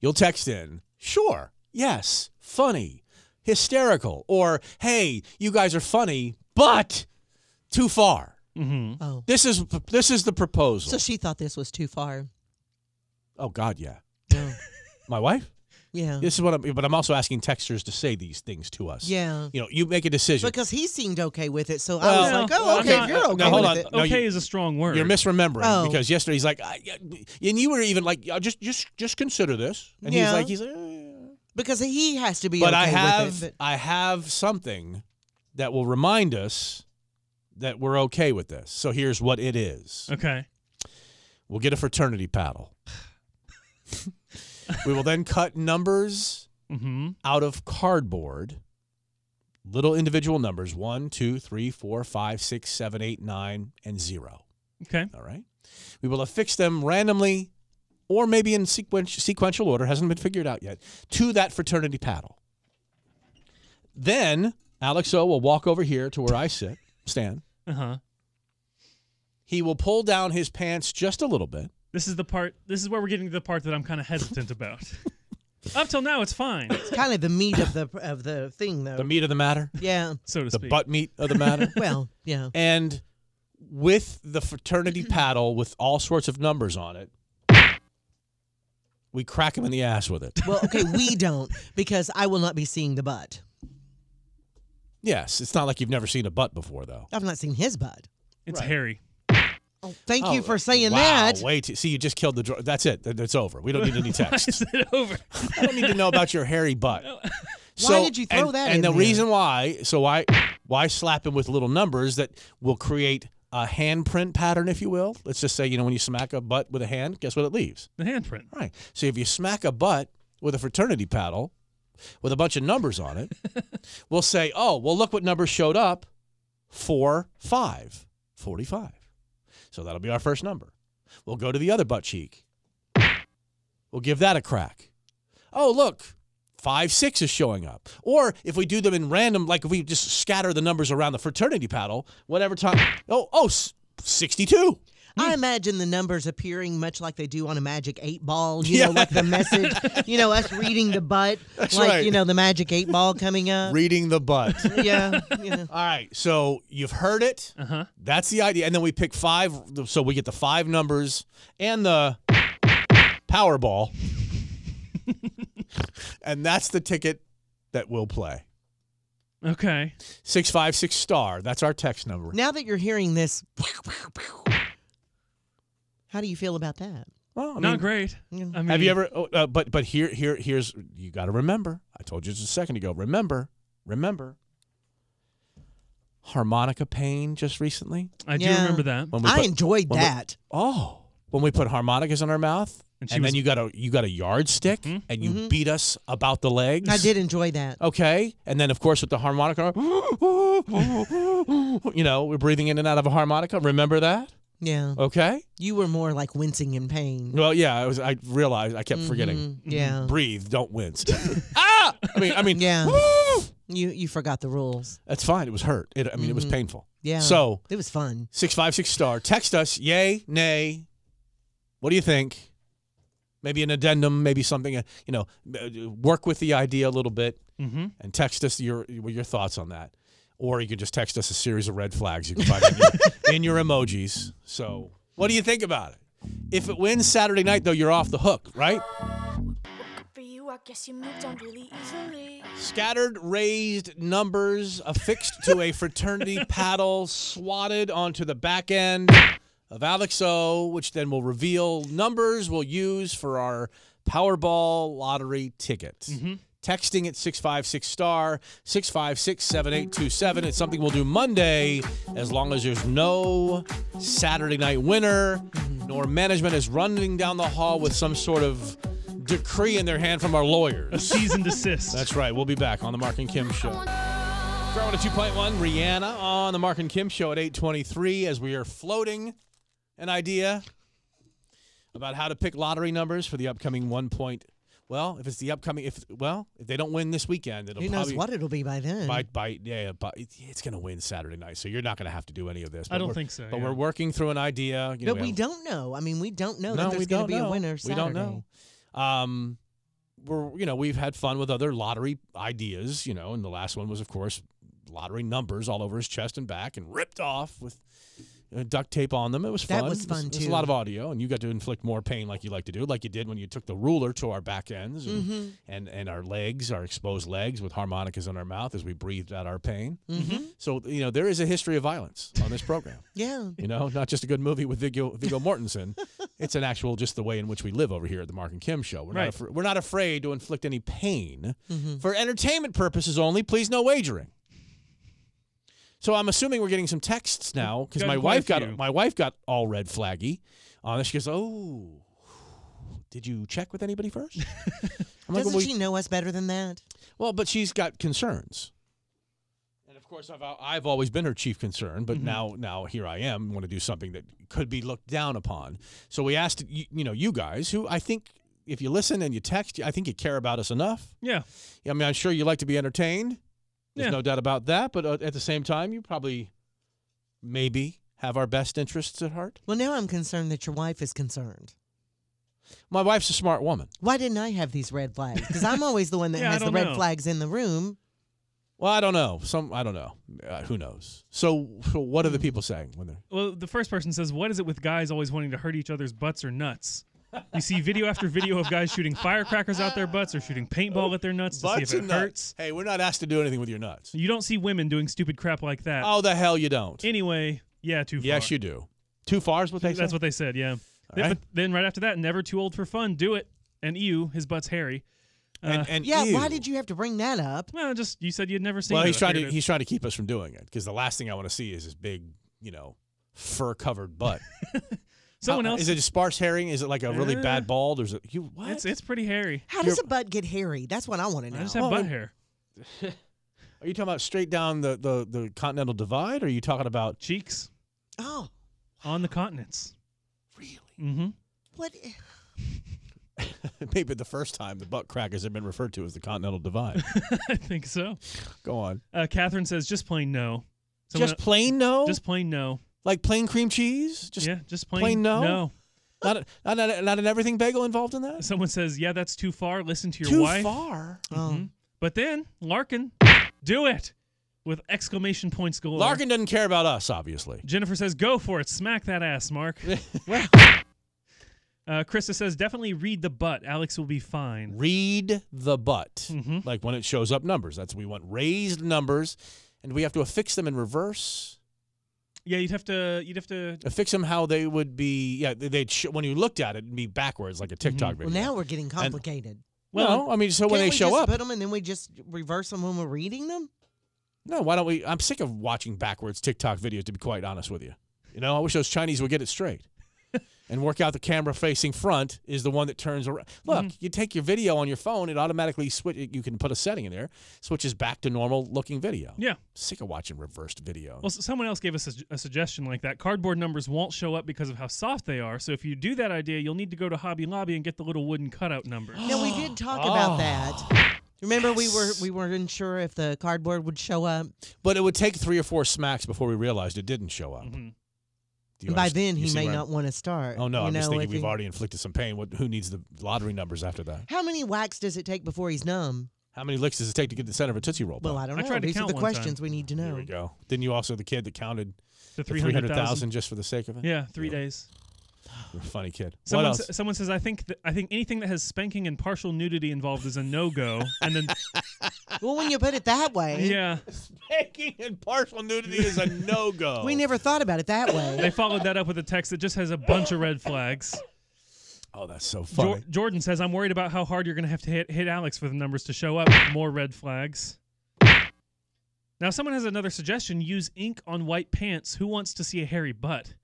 you'll text in sure yes funny hysterical or hey you guys are funny but too far Mm-hmm. Oh, this is this is the proposal so she thought this was too far. Oh God, yeah. Yeah. My wife. Yeah. This is what I'm. But I'm also asking texters to say these things to us. Yeah. You know, you make a decision. Because he seemed okay with it, so I was Well, like, "Oh, okay, if you're okay now, hold with on. it." No, you- is a strong word. You're misremembering Oh. because yesterday he's like, I, I- and you were even like, "Yeah, just just just consider this, and Yeah. he's like, he's like, "Uh." Because he has to be. but okay I have With it, I have something that will remind us that we're okay with this. So here's what it is. Okay. We'll get a fraternity paddle. we will then cut numbers Mhm. out of cardboard, little individual numbers one, two, three, four, five, six, seven, eight, nine, and zero. Okay. All right. We will affix them randomly or maybe in sequen- sequential order, hasn't been figured out yet, to that fraternity paddle. Then Alex O will walk over here to where I sit, Stan. Uh huh. He will pull down his pants just a little bit. This is the part. This is where we're getting to the part that I'm kind of hesitant about. Up till now, it's fine. it's kind of the meat of the of the thing, though. The meat of the matter. Yeah. So to the speak. butt meat of the matter. Well, yeah. And with the fraternity Mm-hmm. paddle with all sorts of numbers on it, we crack him in the ass with it. Well, okay, we don't because I will not be seeing the butt. Yes, it's not like you've never seen a butt before, though. I've not seen his butt. It's hairy. Thank you Oh, for saying wow, that. Way too, see, you just killed the. Dro- that's it. That- That's over. We don't need any Why text. is it over? I don't need to know about your hairy butt. So, did you throw and, that And in the there? reason why, so why, why slap him with little numbers that will create a handprint pattern, if you will. Let's just say, you know, when you smack a butt with a hand, guess what it leaves? The handprint. Right. So if you smack a butt with a fraternity paddle, with a bunch of numbers on it, we'll say, oh, well, look what number showed up. Four, five, 45. So that'll be our first number. We'll go to the other butt cheek. We'll give that a crack. Oh, look, five, six is showing up. Or if we do them in random, like if we just scatter the numbers around the fraternity paddle, whatever time. Oh, oh, s- 62. I imagine the numbers appearing much like they do on a magic eight ball, you Yeah. know, like the message, you know, us reading the butt, That's like, right. you know, the magic eight ball coming up. Reading the butt. yeah. You know. All right. So you've heard it. Uh-huh. That's the idea. And then we pick five. So we get the five numbers and the Powerball. and that's the ticket that we'll play. Okay. 656 star. That's our text number. Now that you're hearing this, how do you feel about that? Well, I mean- Not great. I mean, Have you ever? oh, Uh, but but here here here's you got to remember. I told you just a second ago. Remember, remember. Harmonica pain just recently. I do Yeah. remember that. I enjoyed when we- that. oh, when we put harmonicas in our mouth, and, And she then was- Mm-hmm. you got a you got a yardstick, and you Mhm. beat us about the legs. I did enjoy that. Okay, and then of course with the harmonica, you know we're breathing in and out of a harmonica. Remember that? Yeah. Okay. You were more like wincing in pain. Well, yeah, I was. I realized I kept forgetting. Mhm, yeah. Breathe, don't wince. ah! I mean, I mean, Yeah. woo! You you forgot the rules. That's fine. It was hurt. It, I mean, it was Mhm. painful. Yeah. So it was fun. six five six star. Text us. Yay, nay. What do you think? Maybe an addendum. Maybe something. uh, You know, uh, work with the idea a little bit, Mhm. and text us your your thoughts on that. Or you can just text us a series of red flags you can find in, your, in your emojis. So, what do you think about it? If it wins Saturday night, though, you're off the hook, right? For you, I guess you moved on really easily. Scattered, raised numbers affixed to a fraternity paddle, swatted onto the back end of Alex O, which then will reveal numbers we'll use for our Powerball lottery ticket. Texting at 656 star 656 7827. It's something we'll do Monday as long as there's no Saturday night winner, nor management is running down the hall with some sort of decree in their hand from our lawyers. Cease and desist. That's right. We'll be back on the Mark and Kim show. Throwing a 2.1 Rihanna on the Mark and Kim show at 8:23 as we are floating an idea about how to pick lottery numbers for the upcoming 1. Point, well, if it's the upcoming if well, if they don't win this weekend, it'll Who knows probably what it'll be by then? by by yeah, by, it's going to win Saturday night. So you're not going to have to do any of this. I But don't we're- think so, But yeah. we're working through an idea. You know, but we don't know. I mean, we don't know that no, we there's don't going to be know. a winner Saturday. We don't know. Um, we're you know we've had fun with other lottery ideas, you know, and the last one was of course lottery numbers all over his chest and back and ripped off with uh, duct tape on them. It was That fun. was fun, There's a too. lot of audio, and you got to inflict more pain like you like to do, like you did when you took the ruler to our back ends and Mhm. and, and our legs, our exposed legs, with harmonicas in our mouth as we breathed out our pain. Mhm. So you know there is a history of violence on this program. Yeah. You know, not just a good movie with Viggo, Viggo Mortensen. it's an actual, just the way in which we live over here at the Mark and Kim Show. We're, Right. Mm-hmm. not, afra- we're not afraid to inflict any pain for entertainment purposes only. Please, no wagering. So I'm assuming we're getting some texts now because Got my quite a wife got few. my wife got all red flaggy on this. She goes, "Oh, did you check with anybody first? I'm like, Doesn't well, she know us better than that? Well, but she's got concerns. And of course, I've I've always been her chief concern, but now now here I am, want to do something that could be looked down upon. So we asked you, you know you guys who I think if you listen and you text, I think you care about us enough. Yeah. I mean, I'm sure you like to be entertained. There's Yeah. no doubt about that. But uh, at the same time, you probably maybe have our best interests at heart. Well, now I'm concerned that your wife is concerned. My wife's a smart woman. Why didn't I have these red flags? Because I'm always the one that Yeah, I has the don't red know. flags in the room. Well, I don't know. Some I don't know. Uh, who knows? So, so what are the people saying when they're Well, the first person says, "What is it with guys always wanting to hurt each other's butts or nuts?" You see video after video of guys shooting firecrackers out their butts or shooting paintball at their nuts to see if butts it and hurts. nuts? Hey, we're not asked to do anything with your nuts. You don't see women doing stupid crap like that. Oh, the hell you don't. Anyway, yeah, too far. Yes, you do. Too far is what they That's say? what they said, yeah. right. Then, but then right after that, never too old for fun, do it. And ew, his butt's hairy. And, and yeah, ew. why did you have to bring that up? Well, just you said you'd never seen. Well, it. he's I trying figured to it- he's trying to keep us from doing it because the last thing I want to see is his big, you know, fur covered butt. Someone else- uh, is it a sparse herring? Is it like a really Uh, bad bald? Or is it you? What? It's it's pretty hairy. How does a butt get hairy? That's what I want to know. I just have butt hair. Are you talking about straight down the the, the continental divide? Or are you talking about cheeks Oh, on the continents? Really? Mm-hmm. what? Maybe the first time the butt crackers have been referred to as the continental divide. I think so. Go on. Uh, Catherine says just plain no. Just plain no? Just plain no. Like plain cream cheese? Just yeah, just plain, plain no? No. Not, a- not, not, not an everything bagel involved in that? Someone says, yeah, that's too far. Listen to your Too wife. far? Oh, Oh. Mhm. But then Larkin, do it with exclamation points galore. Larkin doesn't care about us, obviously. Jennifer says, go for it. Smack that ass, Mark. Well- uh, Krista says, definitely read the butt. Alex will be fine. Read the butt. Mm-hmm. Like when it shows up numbers. That's we want raised numbers, and we have to affix them in reverse. Yeah, you'd have to. You'd have to. Affix them how they would be. Yeah, they- they'd sh- when you looked at it, it'd be backwards like a TikTok Mm-hmm. Well, video. now we're getting complicated. well, I mean, so when Can't they we show just up- put them and then we just reverse them when we're reading them. No, why don't we? I'm sick of watching backwards TikTok videos. To be quite honest with you, you know, I wish those Chinese would get it straight and work out the camera facing front is the one that turns around. Look, Mm-hmm. you take your video on your phone, it automatically switch. You can put a setting in there, switches back to normal looking video. Yeah. sick of watching reversed video. Well, s- someone else gave us a, a suggestion like that. Cardboard numbers won't show up because of how soft they are. So if you do that idea, you'll need to go to Hobby Lobby and get the little wooden cutout numbers. Now we did talk Oh. about that. Remember, we were we weren't sure if the cardboard would show up. But it would take three or four smacks before we realized it didn't show up. Mm-hmm. Do you And Mm-hmm. by underst- then, you he see may where I'm- not want to start. Oh no, you I'm just know, thinking if we've he- already inflicted some pain. What, who needs the lottery numbers after that? How many whacks does it take before he's numb? How many licks does it take to get the center of a tootsie roll? Well, Pop? I don't know. These are the questions we need to know. There we go. Then you also the kid that counted The the 300,000. 300,000 just for the sake of it? Yeah, three days. You're a funny kid. Someone, what else? sa- someone says, I think th- I think anything that has spanking and partial nudity involved is a no go. and then, Well, when you put it that way, yeah, Spanking and partial nudity is a no go. we never thought about it that way. they followed that up with a text that just has a bunch of red flags. Oh, that's so Jor- funny. Jordan says, I'm worried about how hard you're going to have to hit, hit Alex for the numbers to show up. More red flags. Now, someone has another suggestion use ink on white pants. Who wants to see a hairy butt?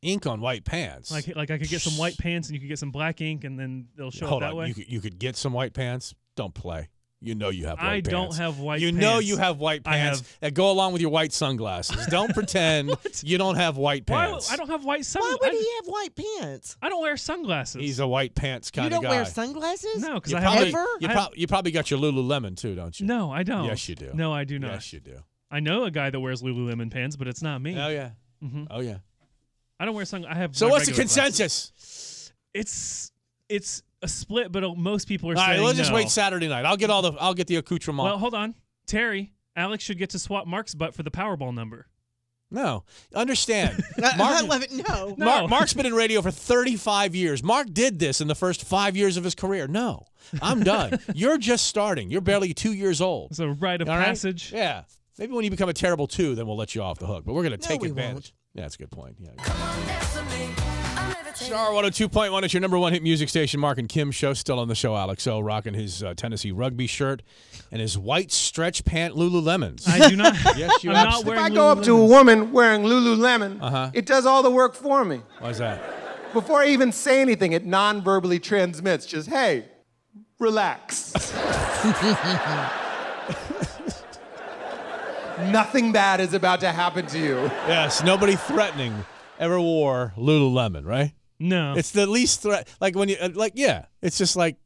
Ink on white pants. Like, like I could get some white pants and you could get some black ink and then they'll show Hold up that on. way. You could, you could get some white pants. Don't play. You know you have white I pants. don't have white You know pants. you have white I pants have- that go along with your white sunglasses. Don't pretend you don't have white Why- pants. I don't have white Why sunglasses. would he have white pants? I don't wear sunglasses. He's a white pants kind You don't of guy. wear sunglasses? no, because You I probably, have You, I prob- you probably got your Lululemon too, don't you? No, I don't. Yes, you do. No, I do not. Yes, you do. I know a guy that wears Lululemon pants, but it's not me. Oh yeah. Mhm. Oh yeah. I don't wear sunglasses. I have. So my what's the regular glasses. consensus? It's it's a split, but uh, most people All are right, saying we'll just no. wait Saturday night. I'll get all the I'll get the accoutrement. Well, hold on, Terry. Alex should get to swap Mark's butt for the Powerball number. no, understand. I Mark, love it. No. No. Mark, Mark's been in radio for 35 years. Mark did this in the first five years of his career. No, I'm done. You're just starting. You're barely two years old. It's a rite of All right? passage. Yeah. Maybe when you become a terrible two, then we'll let you off the hook. But we're going to No, take we advantage. won't. Yeah, that's a good point. Yeah. Star 102.1 It's your number one hit music station. Mark and Kim show still on the show. Alex O rocking his uh, Tennessee rugby shirt and his white stretch pant Lululemons. I do not. yes, you I'm not absolutely- wearing If I go up to a Lululemon. woman wearing Lululemon, Uh-huh. it does all the work for me. Why is that? Before I even say anything, it non verbally transmits just, hey, relax. Nothing bad is about to happen to you. Yes, nobody threatening ever wore Lululemon, right? No. It's the least threat. Like when you, uh, like, yeah, it's just like.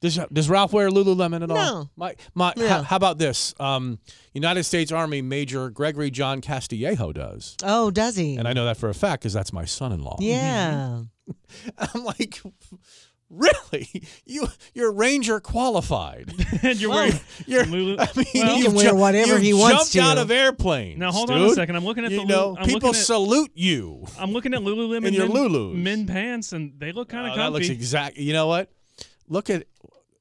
Does, does Ralph wear Lululemon at all? No. My, my, No. How, how about this? Um, United States Army Major Gregory John Castillejo does, Oh, does he? and I Mm-hmm. know that for a fact because that's my son-in-law. Yeah. I'm like, really? You you're Ranger qualified. and you're Well, wearing you're- Lulu- I mean, Well- He can you've wear ju- whatever you've he wants jumped out to. of airplanes. Now, hold dude. on a second. I'm looking at you the Lulu- know I'm people looking at- salute you. I'm looking at Lululemon And your men- Lulus. men pants, and they look kind of Oh, comfy. that looks exactly. You know what? Look at.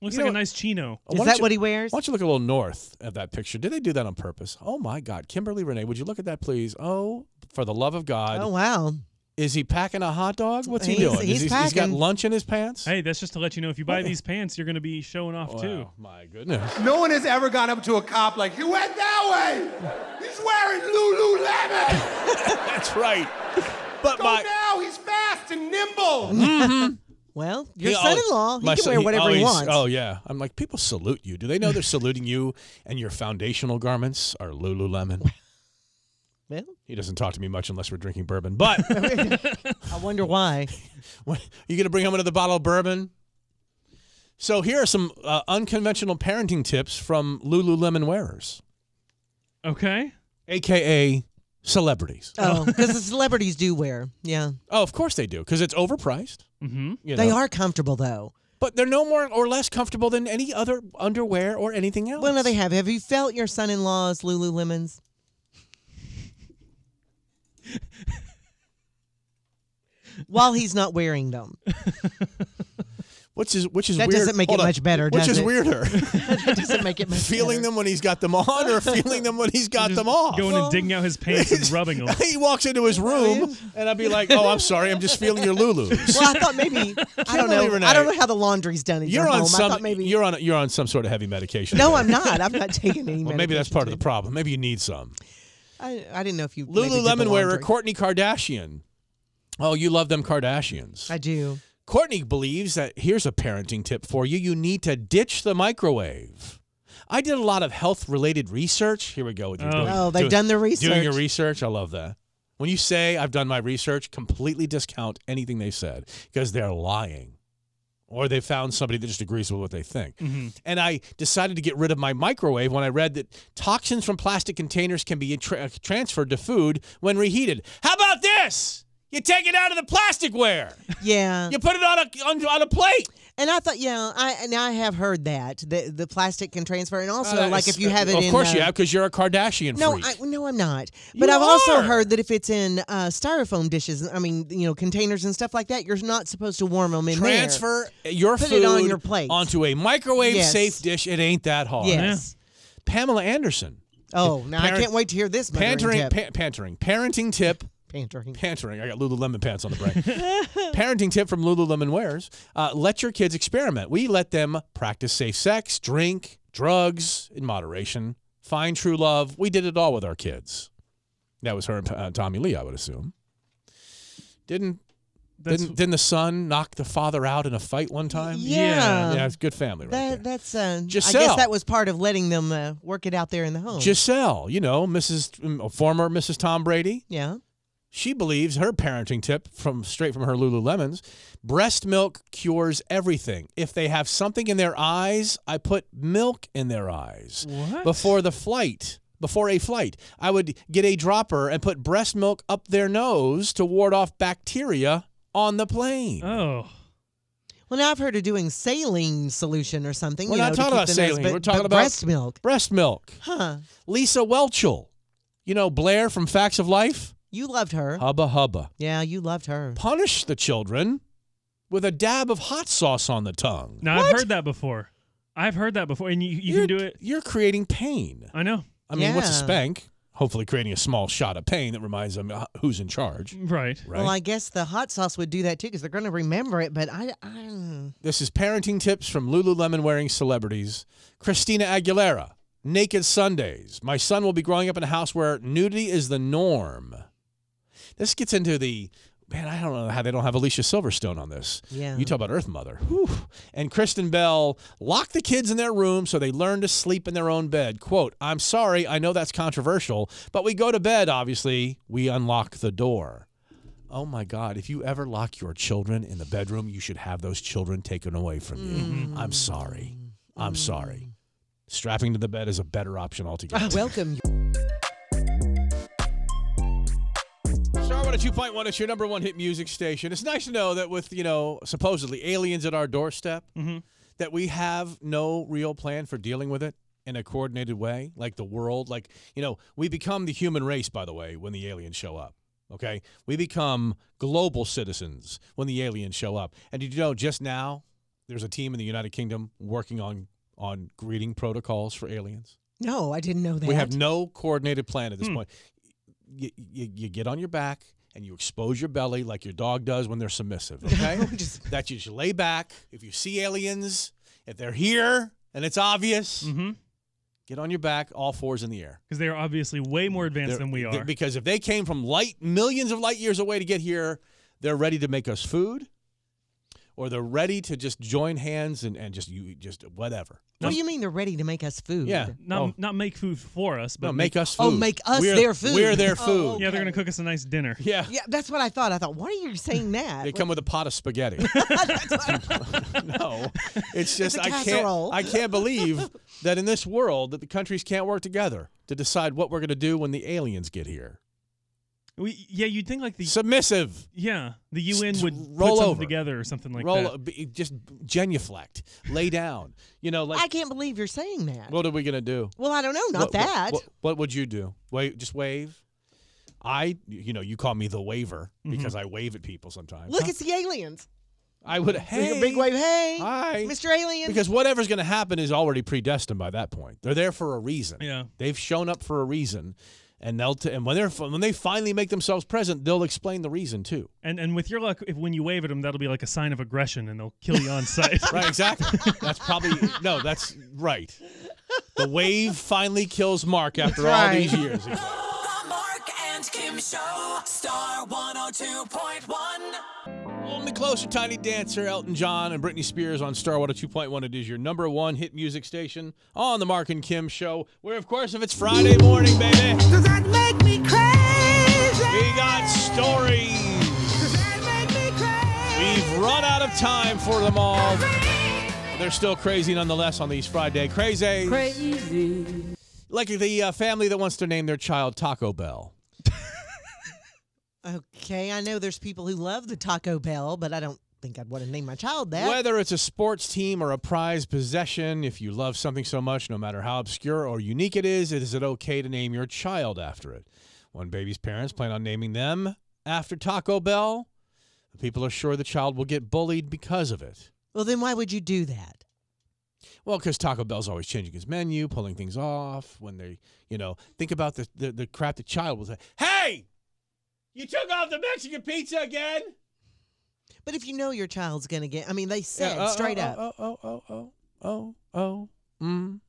Looks you like know a nice chino. Why don't that you- what he wears? Why don't you look a little north at that picture? Did they do that on purpose? Oh my God, Kimberly Renee, would you look at that, please? Oh, for the love of God! Oh, wow. Is he packing a hot dog? What's he He's- doing? Is he's he- he's got packing. lunch in his pants. Hey, that's just to let you know if you Oh. buy these pants, you're going to be showing off too. My goodness. No one has ever gone up to a cop like, "You went that way. He's wearing Lululemon. That's right. But Go my- now. He's fast and nimble." Well, your He always- son-in-law, he my can son- wear whatever he, always- wants. Oh yeah, I'm like people salute you. Do they know they're saluting you? And your foundational garments are Lululemon. Well. he doesn't talk to me much unless we're drinking bourbon. But I wonder why. What, are you going to bring home another bottle of bourbon? So here are some uh, unconventional parenting tips from Lululemon wearers, Okay. aka celebrities. Oh, because the celebrities do wear. Yeah. Oh, of course they do, because it's overpriced. Mm-hmm. They are comfortable though. but they're no more or less comfortable than any other underwear or anything else. Well, no, they have. Have you felt your son-in-law's Lululemons? While he's not wearing them, Which is which is That weird- doesn't make hold it on. much better, Which does is it? weirder, that doesn't make it much feeling better. them when he's got them on or feeling them when he's got them off. Going and digging out his pants and rubbing them. he walks into his room and I'd be like, "Oh, I'm sorry, I'm just feeling your Lulus." Well, I thought maybe I don't know. Kimberly Renee. I don't know how the laundry's done in You're your on home. I some thought maybe. you're on you're on some sort of heavy medication. No, today. I'm not. I'm not taking any. Well, maybe that's part of the problem. Maybe you need some. I, I didn't know if you maybe did the Lululemon wearer laundry. Courtney Kardashian. Oh, you love them Kardashians. I do. Courtney believes that here's a parenting tip for you. You need to ditch the microwave. I did a lot of health related research. Here we go with you. Oh. Oh, they've done their Doing research. your research. I love that. When you say I've done my research, completely discount anything they said because they're lying. Or they found somebody that just agrees with what they think. Mhm. And I decided to get rid of my microwave when I read that toxins from plastic containers can be tra- transferred to food when reheated. How about this? You take it out of the plasticware. Yeah. You put it on a on, on a plate. And I thought, yeah, I and I have heard that the the plastic can transfer, and also Uh, like it's- if you have it, of in, course uh, you have because you're a Kardashian No, freak. I, no, I'm not. But You I've also are. heard that if it's in uh, styrofoam dishes, I mean, you know, containers and stuff like that, you're not supposed to warm them in there. Transfer your Put food it on your plate. onto a microwave Yes. safe dish. It ain't that hard. Yes. Pamela Anderson. Oh, now I Parent- can't wait to hear this. Pantering, Pantering. pa- pantering, parenting tip. Pantering. Pantering. I got Lululemon pants on the brain. parenting tip from Lululemon Wears. Uh, let your kids experiment. We let them practice safe sex, drink, drugs in moderation, find true love. We did it all with our kids. That was her and uh, Tommy Lee, I would assume. Didn't That's- didn't, didn't the son knock the father out in a fight one time? Yeah. Yeah, it's good family right that, that's uh, I Giselle. guess that was part of letting them uh, work it out there in the home. Giselle, you know, Mrs. mm, former Mrs. Tom Brady. Yeah. She believes her parenting tip from straight from her Lululemons, breast milk cures everything. If they have something in their eyes, I put milk in their eyes. What? Before the flight, before a flight, I would get a dropper and put breast milk up their nose to ward off bacteria on the plane. Uh, Oh. Well, now I've heard of doing saline solution or something. We're you not know, to talking keep about the nose, saline. but- We're talking but about breast milk. Breast milk. Huh. Lisa Welchel. You know Blair from Facts of Life? You loved her. Hubba hubba. Yeah, you loved her. Punish the children with a dab of hot sauce on the tongue. Now I've heard that before. I've heard that before, and you, you You're- can do it. You're creating pain. I know. I mean, what's a Yeah. spank? Hopefully, creating a small shot of pain that reminds them uh, who's in charge. Right. Right. Well, I guess the hot sauce would do that too because they're going to remember it. But I, I This is parenting tips from Lululemon wearing celebrities. Christina Aguilera, Naked Sundays. My son will be growing up in a house where nudity is the norm. This gets into the man, I don't know how they don't have Alicia Silverstone on this. Yeah. You talk about Earth Mother. Whew. And Kristen Bell lock the kids in their room so they learn to sleep in their own bed. Quote, I'm sorry, I know that's controversial, but we go to bed, obviously, we unlock the door. Oh my God, if you ever lock your children in the bedroom, you should have those children taken away from you. I'm sorry. I'm sorry. Strapping to the bed is a better option altogether. welcome. Star one two point one. It's your number one hit music station. It's nice to know that with you know supposedly aliens at our doorstep, that we have no real plan for dealing with it in a coordinated way, like the world. Like you know, we become the human race. By the way, when the aliens show up, okay, we become global citizens when the aliens show up. And did you know just now there's a team in the United Kingdom working on on greeting protocols for aliens. No, I didn't know that. We have no coordinated plan at this Hmm. point. You, you, you get on your back, and you expose your belly like your dog does when they're submissive. Okay, that you just lay back. If you see aliens, if they're here and it's obvious, Mm-hmm. Mm-hmm. get on your back, all fours in the air. Because they are obviously way more advanced They're- than we they- are. Because if they came from light millions of light years away to get here, they're ready to make us food, or they're ready to just join hands and, and just you just whatever. What do you mean they're ready to make us food? Yeah. Not, Oh. not make food for us, but No, make us Oh, food. make us We're- their food. We're their Oh, food. Yeah, they're gonna cook us a nice dinner. Yeah. Yeah, that's what I thought. I thought, why are you saying that? They come with a pot of spaghetti. no, it's just a I can't. casserole. I can't believe that in this world that the countries can't work together to decide what we're going to do when the aliens get here. We, yeah, you'd think like the Submissive. yeah the S- UN s- would roll put something over. together or something like Roll that. b- just genuflect, lay down. You know, I like can't believe you're saying that. what are we going to do? Well, I don't know. Not What- what- that. What, what would you do? Wait, just wave. I, you know, you call me the waver Mm-hmm. because I wave at people sometimes. Look, it's the aliens. I would. Big- Hey, big wave. Hey, Hi. Mr. Alien. Because whatever's going to happen is already predestined by that point. They're there for a reason. Yeah. They've shown up for a reason, and they'll t- and when they're when they finally make themselves present, they'll explain the reason too. And and with your luck, if when you wave at them, that'll be like a sign of aggression, and they'll kill you on sight. Right, exactly. That's probably no. That's right. The wave finally kills Mark after That's all right. these years. Mark and Kim Show, Star 102.1. Hold me closer, Tiny Dancer, Elton John, and Britney Spears on Star Water 2.1. It is your number one hit music station on the Mark and Kim Show. Where, of course, if it's Friday morning, baby, Does that make me crazy? we got stories. We've run out of time for them all. They're still crazy nonetheless on these Friday crazies. Crazy. Like the uh, family that wants to name their child Taco Bell. Okay, I know there's people who love the Taco Bell, but I don't think I'd want to name my child that. Whether it's a sports team or a prize possession, if you love something so much, no matter how obscure or unique it is, is it okay to name your child after it? One baby's parents plan on naming them after Taco Bell. People are sure the child will get bullied because of it. Well, then why would you do that? Well, because Taco Bell's always changing its menu, pulling things off. When they, you know, think about the the, the crap the child will say. Hey, you took off the Mexican pizza again. But if you know your child's going to get, I mean, they said uh, straight uh, up. Oh, oh, oh, oh, oh, oh. Mm.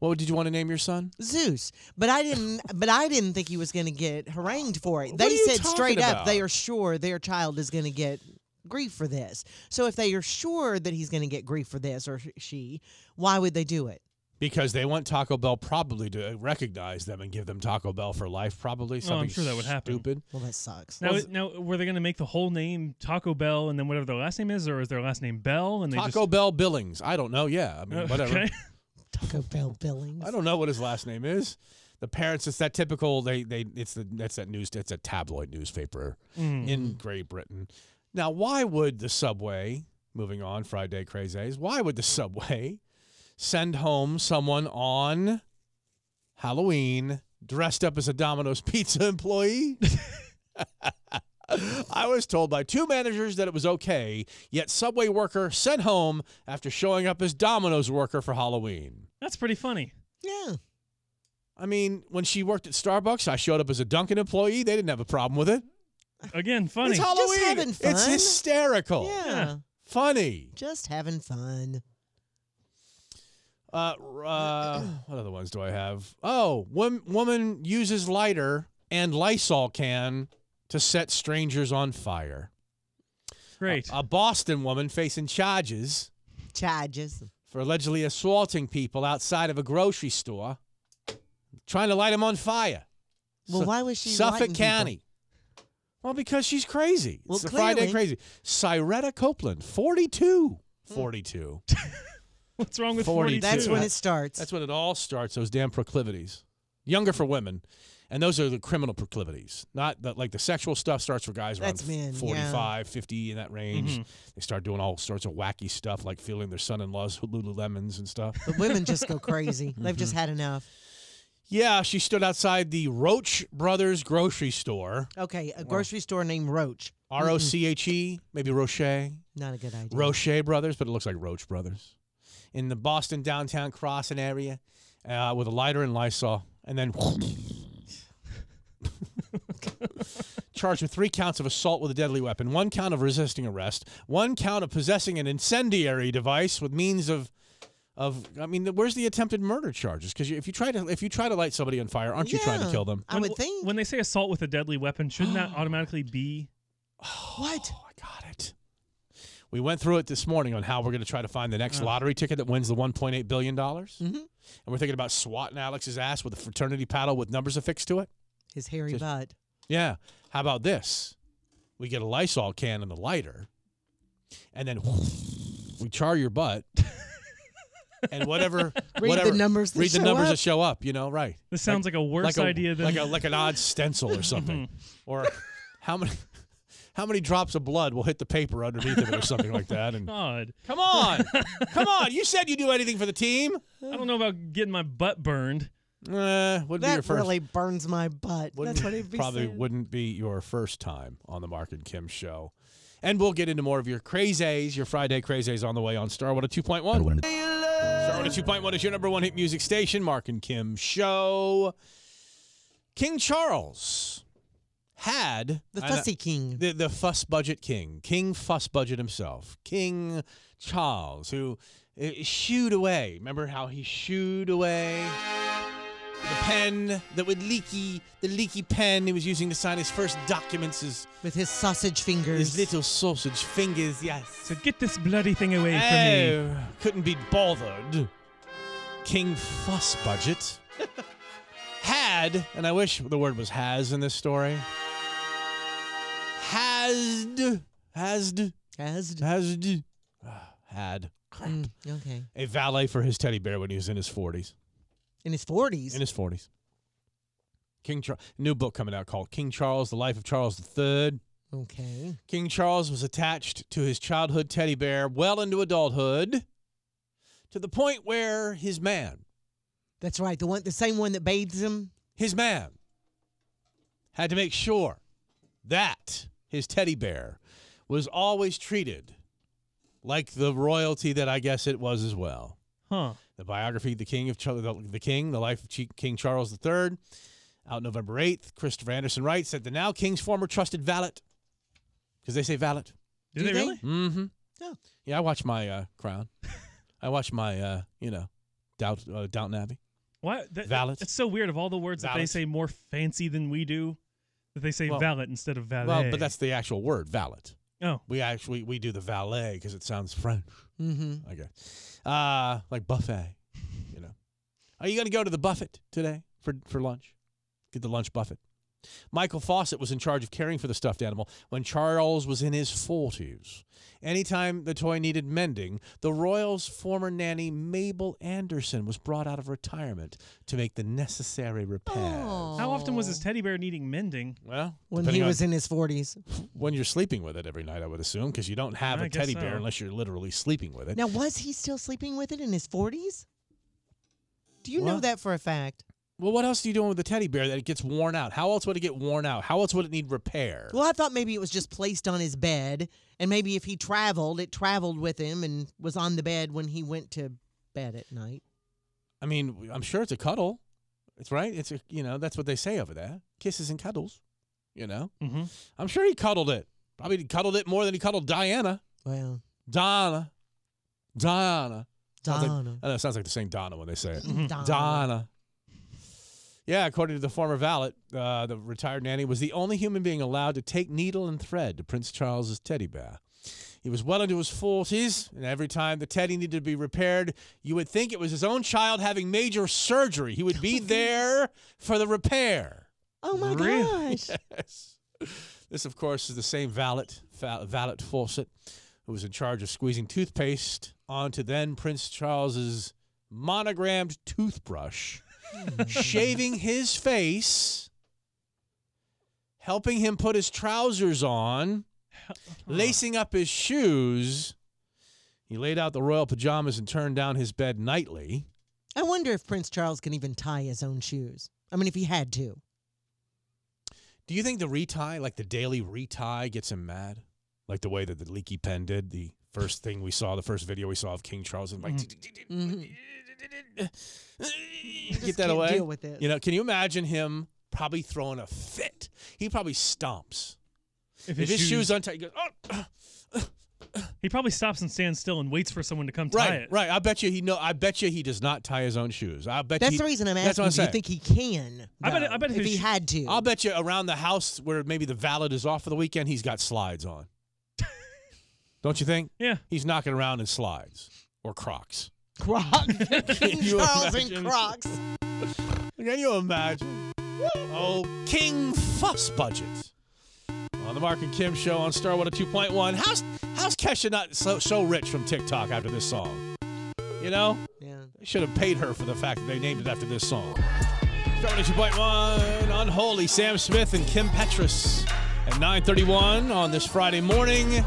What did you want to name your son? Zeus, but I didn't. But I didn't think he was going to get harangued for it. What They are you said talking straight up they about? are sure their child is going to get grief for this. So if they are sure that he's going to get grief for this or sh- she, why would they do it? Because they want Taco Bell probably to recognize them and give them Taco Bell for life, probably. Oh, Something I'm sure that would happen. Stupid. Well, that sucks. Now, now, were they going to make the whole name Taco Bell and then whatever their last name is, or is their last name Bell? And they Taco Bell Billings. I don't know. Yeah, I mean, just, whatever. Okay. Taco Bell Billings. I don't know what his last name is. The parents, it's that typical. They they it's the that's that news. It's a tabloid newspaper Mm. in Great Britain. Now, why would the subway? Moving on, Friday crazies. Why would the subway send home someone on Halloween dressed up as a Domino's Pizza employee? I was told by two managers that it was okay, yet subway worker sent home after showing up as Domino's worker for Halloween. That's pretty funny. Yeah. I mean, when she worked at Starbucks, I showed up as a Dunkin' employee. They didn't have a problem with it. Again, funny. It's Halloween. having It's fun. hysterical. Yeah. Funny. Just having fun. Uh, uh, what other ones do I have? Oh, wom- woman uses lighter and Lysol can to set strangers on fire. Great. A Boston woman facing charges Charges. for allegedly assaulting people outside of a grocery store, trying to light them on fire. Well, Su- why was she lighting Suffolk people? County. Well, because she's crazy. Well, it's a Friday clearly. crazy. Cyretta Copeland, 42. Hmm. 42. What's wrong with 42. 42? That's when it starts. That's when it all starts, those damn proclivities. Younger for women. And those are the criminal proclivities. Not the, like the sexual stuff starts for guys around That's men, yeah. Mm-hmm. 45, 50 in that range. Mhm. They start doing all sorts of wacky stuff like feeling their son-in-law's Lululemons and stuff. But women just go crazy. They've Mm-hmm. just had enough. Yeah, she stood outside the Roach Brothers grocery store. Okay, a grocery store named Roach. R O C H E, maybe Roche. Not a good idea. Roche Brothers, but it looks like Roach Brothers. In the Boston downtown crossing area uh, with a lighter and Lysol. And then charged with three counts of assault with a deadly weapon, one count of resisting arrest, one count of possessing an incendiary device with means of of I mean, where's the attempted murder charges? Because if you try to if you try to light somebody on fire, aren't you trying to Yeah, kill them? I would think. When they say assault with a deadly weapon, shouldn't that automatically be? What? Oh, We went through it this morning on how we're going to try to find the next Uh-huh. Yeah. lottery ticket that wins the 1.8 billion dollars, Mm-hmm. and we're thinking about swatting Alex's ass with a fraternity paddle with numbers affixed to it. His hairy Just- butt. Yeah. How about this? We get a Lysol can and the lighter, and then we char your butt, and whatever Read the whatever- numbers that read the show numbers up. that show up. You know, right? This sounds like a worse idea than- like a like an odd stencil or something, or how many how many drops of blood will hit the paper underneath of it or something like that. And God. come on, come on! You said you'd do anything for the team. I don't know about getting my butt burned. Uh, would be your That first. really burns my butt. Wouldn't- That's what it'd be probably saying. wouldn't be your first time on the Mark and Kim show. And we'll get into more of your crazies, your Friday crazies on the way on oh Starwater 2.1. Starwater 2.1 is your number one hit music station, Mark and Kim show. King Charles had The I know- fussy king. the, the fuss budget king, King Fuss Budget himself, King Charles, who uh, shooed away. Remember how he shooed away the pen that would leaky, the leaky pen he was using to sign his first documents, his, With his sausage fingers. his little sausage fingers, yes. So get this bloody thing away from me. Oh, couldn't be bothered. King Fuss Budget had, and I wish the word was has in this story. Hasd, hasd, hasd, hasd, Ah, had Mm, okay. a valet for his teddy bear when he was in his forties. In his 40s. In his forties. King Charles, new book coming out called King Charles: The Life of Charles III. okay. King Charles was attached to his childhood teddy bear well into adulthood, to the point where his man, That's right. The one, the same one that bathes him. his man, had to make sure that his teddy bear was always treated like the royalty that I guess it was as well. Huh. The biography, the King of Ch- the, the King, the life of Chi- King Charles III, out November 8th. Christopher Anderson writes that the now King's former trusted valet, because they say valet. Did they really? Mm-hmm. Oh. Yeah, I watch my uh, Crown. I watch my, uh, you know, Doubt, uh, Downton Abbey. What? That, Valet. It's so weird. Of all the words that Valet. they say more fancy than we do, that they say Well- valet instead of valet. Well, but that's the actual word, valet. Oh. We actually we do the valet because it sounds French. Mm-hmm. I guess. Uh, like buffet, you know. Are you going to go to the buffet today for, for lunch? Get the lunch buffet. Michael Fawcett was in charge of caring for the stuffed animal when Charles was in his 40s. Anytime the toy needed mending, the Royals' former nanny, Mabel Anderson, was brought out of retirement to make the necessary repairs. How often was his teddy bear needing mending? Well, When he depending on- was in his 40s. when you're sleeping with it every night, I would assume, because you don't have a I guess teddy bear so. unless you're literally sleeping with it. Now, was he still sleeping with it in his 40s? Do you know What? that for a fact? Well, what else are you doing with a teddy bear that it gets worn out? How else would it get worn out? How else would it need repair? Well, I thought maybe it was just placed on his bed, and maybe if he traveled, it traveled with him and was on the bed when he went to bed at night. I mean, I'm sure it's a cuddle. It's right. It's a, you know that's what they say over there, kisses and cuddles. You know, Mhm. I'm sure he cuddled it. Probably he cuddled it more than he cuddled Diana. Well, Donna, Diana, Sounds like- Donna. Mm-hmm. I know it sounds like the same Donna when they say it. Donna. Donna. Yeah, according to the former valet, uh, the retired nanny was the only human being allowed to take needle and thread to Prince Charles's teddy bear. He was well into his 40s, and every time the teddy needed to be repaired, you would think it was his own child having major surgery. He would be there for the repair. Oh my Really? gosh. Yes. This, of course, is the same valet, val- valet Fawcett, who was in charge of squeezing toothpaste onto then Prince Charles's monogrammed toothbrush, shaving his face, helping him put his trousers on, lacing up his shoes. He laid out the royal pajamas and turned down his bed nightly. I wonder if Prince Charles can even tie his own shoes. I mean, if he had to. Do you think the retie, like the daily retie, gets him mad? Like the way that the leaky pen did, the first thing we saw, the first video we saw of King Charles, and like, Mm-hmm. get that away. Deal with it. You know, can you imagine him probably throwing a fit. He probably stomps. If If his his, shoes- shoe's untied, he goes, oh, He probably stops and stands still and waits for someone to come tie right, it. right. I bet you he no. I bet you he does not tie his own shoes. I bet That's you he- the reason I'm that's what asking. Do you saying. think he can? I bet- though? I bet if if his he sh- had to. I'll bet you around the house where maybe the valet is off for the weekend, he's got slides on. Don't you think? Yeah. He's knocking around in slides or Crocs. Crocs. King you Charles and imagine? Crocs. Can you imagine? Oh, King Fuss Budget. On the Mark and Kim show on Star 102.1. How's, how's Kesha not so, so rich from TikTok after this song? You know? Yeah. They should have paid her for the fact that they named it after this song. Star 102.1, Unholy, Sam Smith and Kim Petras at 9.31 on this Friday morning.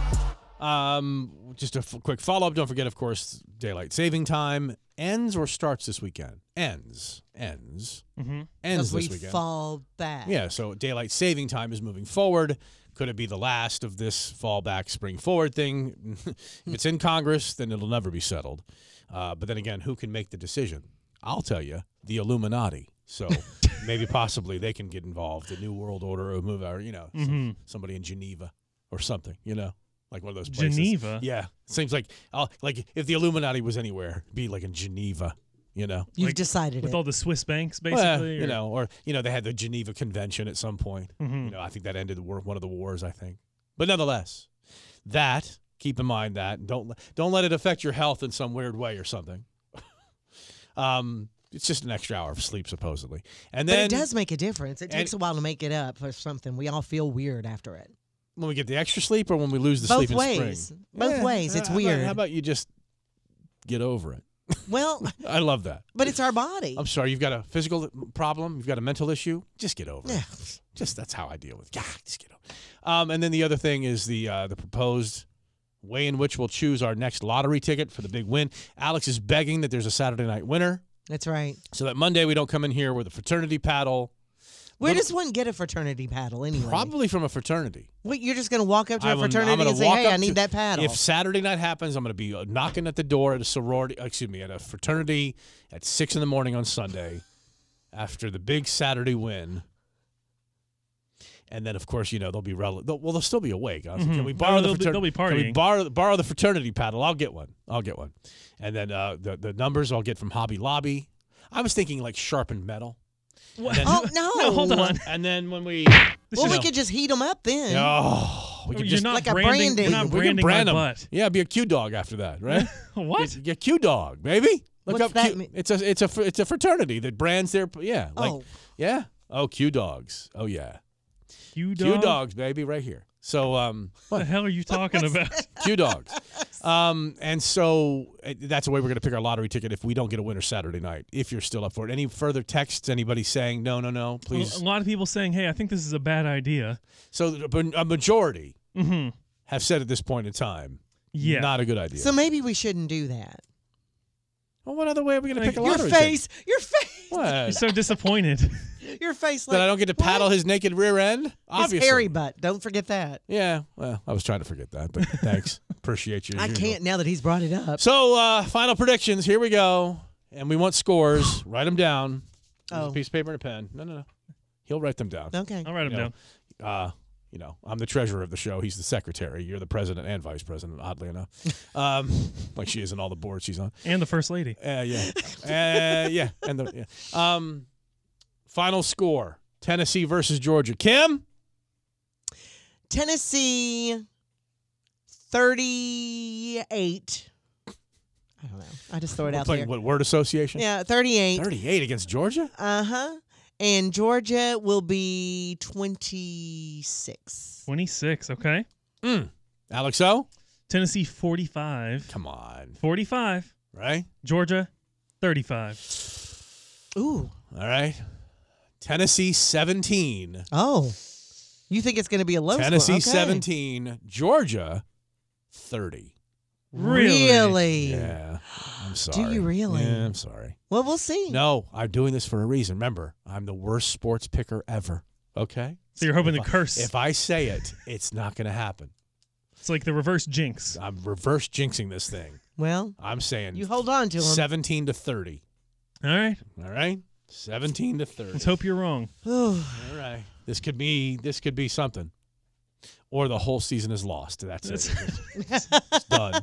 Um, just a f- quick follow-up. Don't forget, of course, daylight saving time ends or starts this weekend? Ends. Ends. Mm-hmm. Ends we this weekend. fall back. Yeah, so daylight saving time is moving forward. Could it be the last of this fallback spring forward thing? if it's in Congress, then it'll never be settled. Uh, but then again, who can make the decision? I'll tell you, the Illuminati. So maybe possibly they can get involved. The New World Order or move or you know some- Mhm. somebody in Geneva or something. You know, like one of those places. Geneva? Yeah, seems like i like if the Illuminati was anywhere, it'd be like in Geneva. You know, You've decided with it. all the Swiss banks, basically. well, or- you know, or you know, they had the Geneva Convention at some point. Mhm. Mm-hmm. You know, I think that ended the war, one of the wars. I think, but nonetheless, that keep in mind that and don't le- don't let it affect your health in some weird way or something. um, it's just an extra hour of sleep supposedly, and then but it does make a difference. It and- takes a while to make it up for something. We all feel weird after it. when we get the extra sleep or when we lose the Both sleep in ways. spring. Both Yeah, ways. It's how about- weird. how about you just get over it? well, I love that. but it's our body. I'm sorry, you've got a physical problem, you've got a mental issue. Just get over Yeah. it. Just that's how I deal with it. God, just get over. It. Um, and then the other thing is the uh, the proposed way in which we'll choose our next lottery ticket for the big win. Alex is begging that there's a Saturday night winner, That's right. so that Monday we don't come in here with a fraternity paddle. Where Little- does one get a fraternity paddle anyway? probably from a fraternity? Wait, you're just going to walk up to I a will- I'm fraternity gonna and say, walk hey, up I need to- that paddle. If Saturday night happens, I'm going to be uh, knocking at the door at a sorority, uh, excuse me, at a fraternity at six in the morning on Sunday after the big Saturday win. And then, of course, you know they'll be rel- they'll, well. They'll still be awake. I was like, Mhm. Can we borrow Oh, the they'll be- frater- they'll be Can we partying. borrow, borrow the fraternity paddle? I'll get one. I'll get one. And then uh, the the numbers I'll get from Hobby Lobby. I was thinking like sharpened metal. And then- Oh, no. No, hold on. And then when we Well, you we know. could just heat them up then. Oh, we could You're just not Like a branding. branding. You're not we can branding brand my him. butt. Yeah, be a Q dog after that, right? What? Get, get Q dog, baby. Look What's up that Q- mean? It's a it's a fr- it's a fraternity that brands their yeah like Oh. yeah oh Q dogs oh yeah Q Q dog. dogs baby right here. So um What the hell are you talking about? Q dogs, um and so uh, that's the way we're gonna pick our lottery ticket if we don't get a winner Saturday night. If you're still up for it, any further texts? Anybody saying no no no A please? lot of people saying, "Hey, I think this is a bad idea." So the- a majority Mm-hmm. have said at this point in time, Yeah. not a good idea. So maybe we shouldn't do that. well, what other way are we gonna Like, pick a Your lottery ticket? face, your face, You're What? so disappointed. your face. Like, that I don't get to paddle his naked rear end? Obviously. His hairy butt. Don't forget that. Yeah, well, I was trying to forget that, but thanks. Appreciate you. as I usual. can't now that he's brought it up. So, uh, final predictions. Here we go. And we want scores. write them down. There's Oh. A piece of paper and a pen. No, no, no. He'll write them down. Okay. I'll write them You know, down. Uh, you know, I'm the treasurer of the show. He's the secretary. You're the president and vice president, oddly enough. Um, like she is in all the boards she's on. And the first lady. Uh, yeah. Uh, yeah. And the yeah. Um, final score Tennessee versus Georgia. Kim? Tennessee, thirty-eight. I don't know. I just throw it We're out playing there. what word association? Yeah, thirty-eight. 38 against Georgia? Uh huh. And Georgia will be twenty-six. 26, okay? Mm. Alex O? Tennessee 45. Come on. 45. Right? Georgia 35. Ooh. All right. Tennessee 17. Oh. You think it's going to be a low score? Tennessee Okay. 17. Georgia 30. Really? Really? Yeah. I'm sorry. you really? Yeah, I'm sorry. Well, we'll see. No, I'm doing this for a reason. Remember, I'm the worst sports picker ever. Okay? So you're hoping If the I- curse. If I say it, it's not going to happen. it's like the reverse jinx. I'm reverse jinxing this thing. Well, I'm saying you hold on to him. 17 to 30. All right. All right? Seventeen to thirty. Let's hope you're wrong. All right. This could be this could be something. Or the whole season is lost. That's, it. It's, it's done.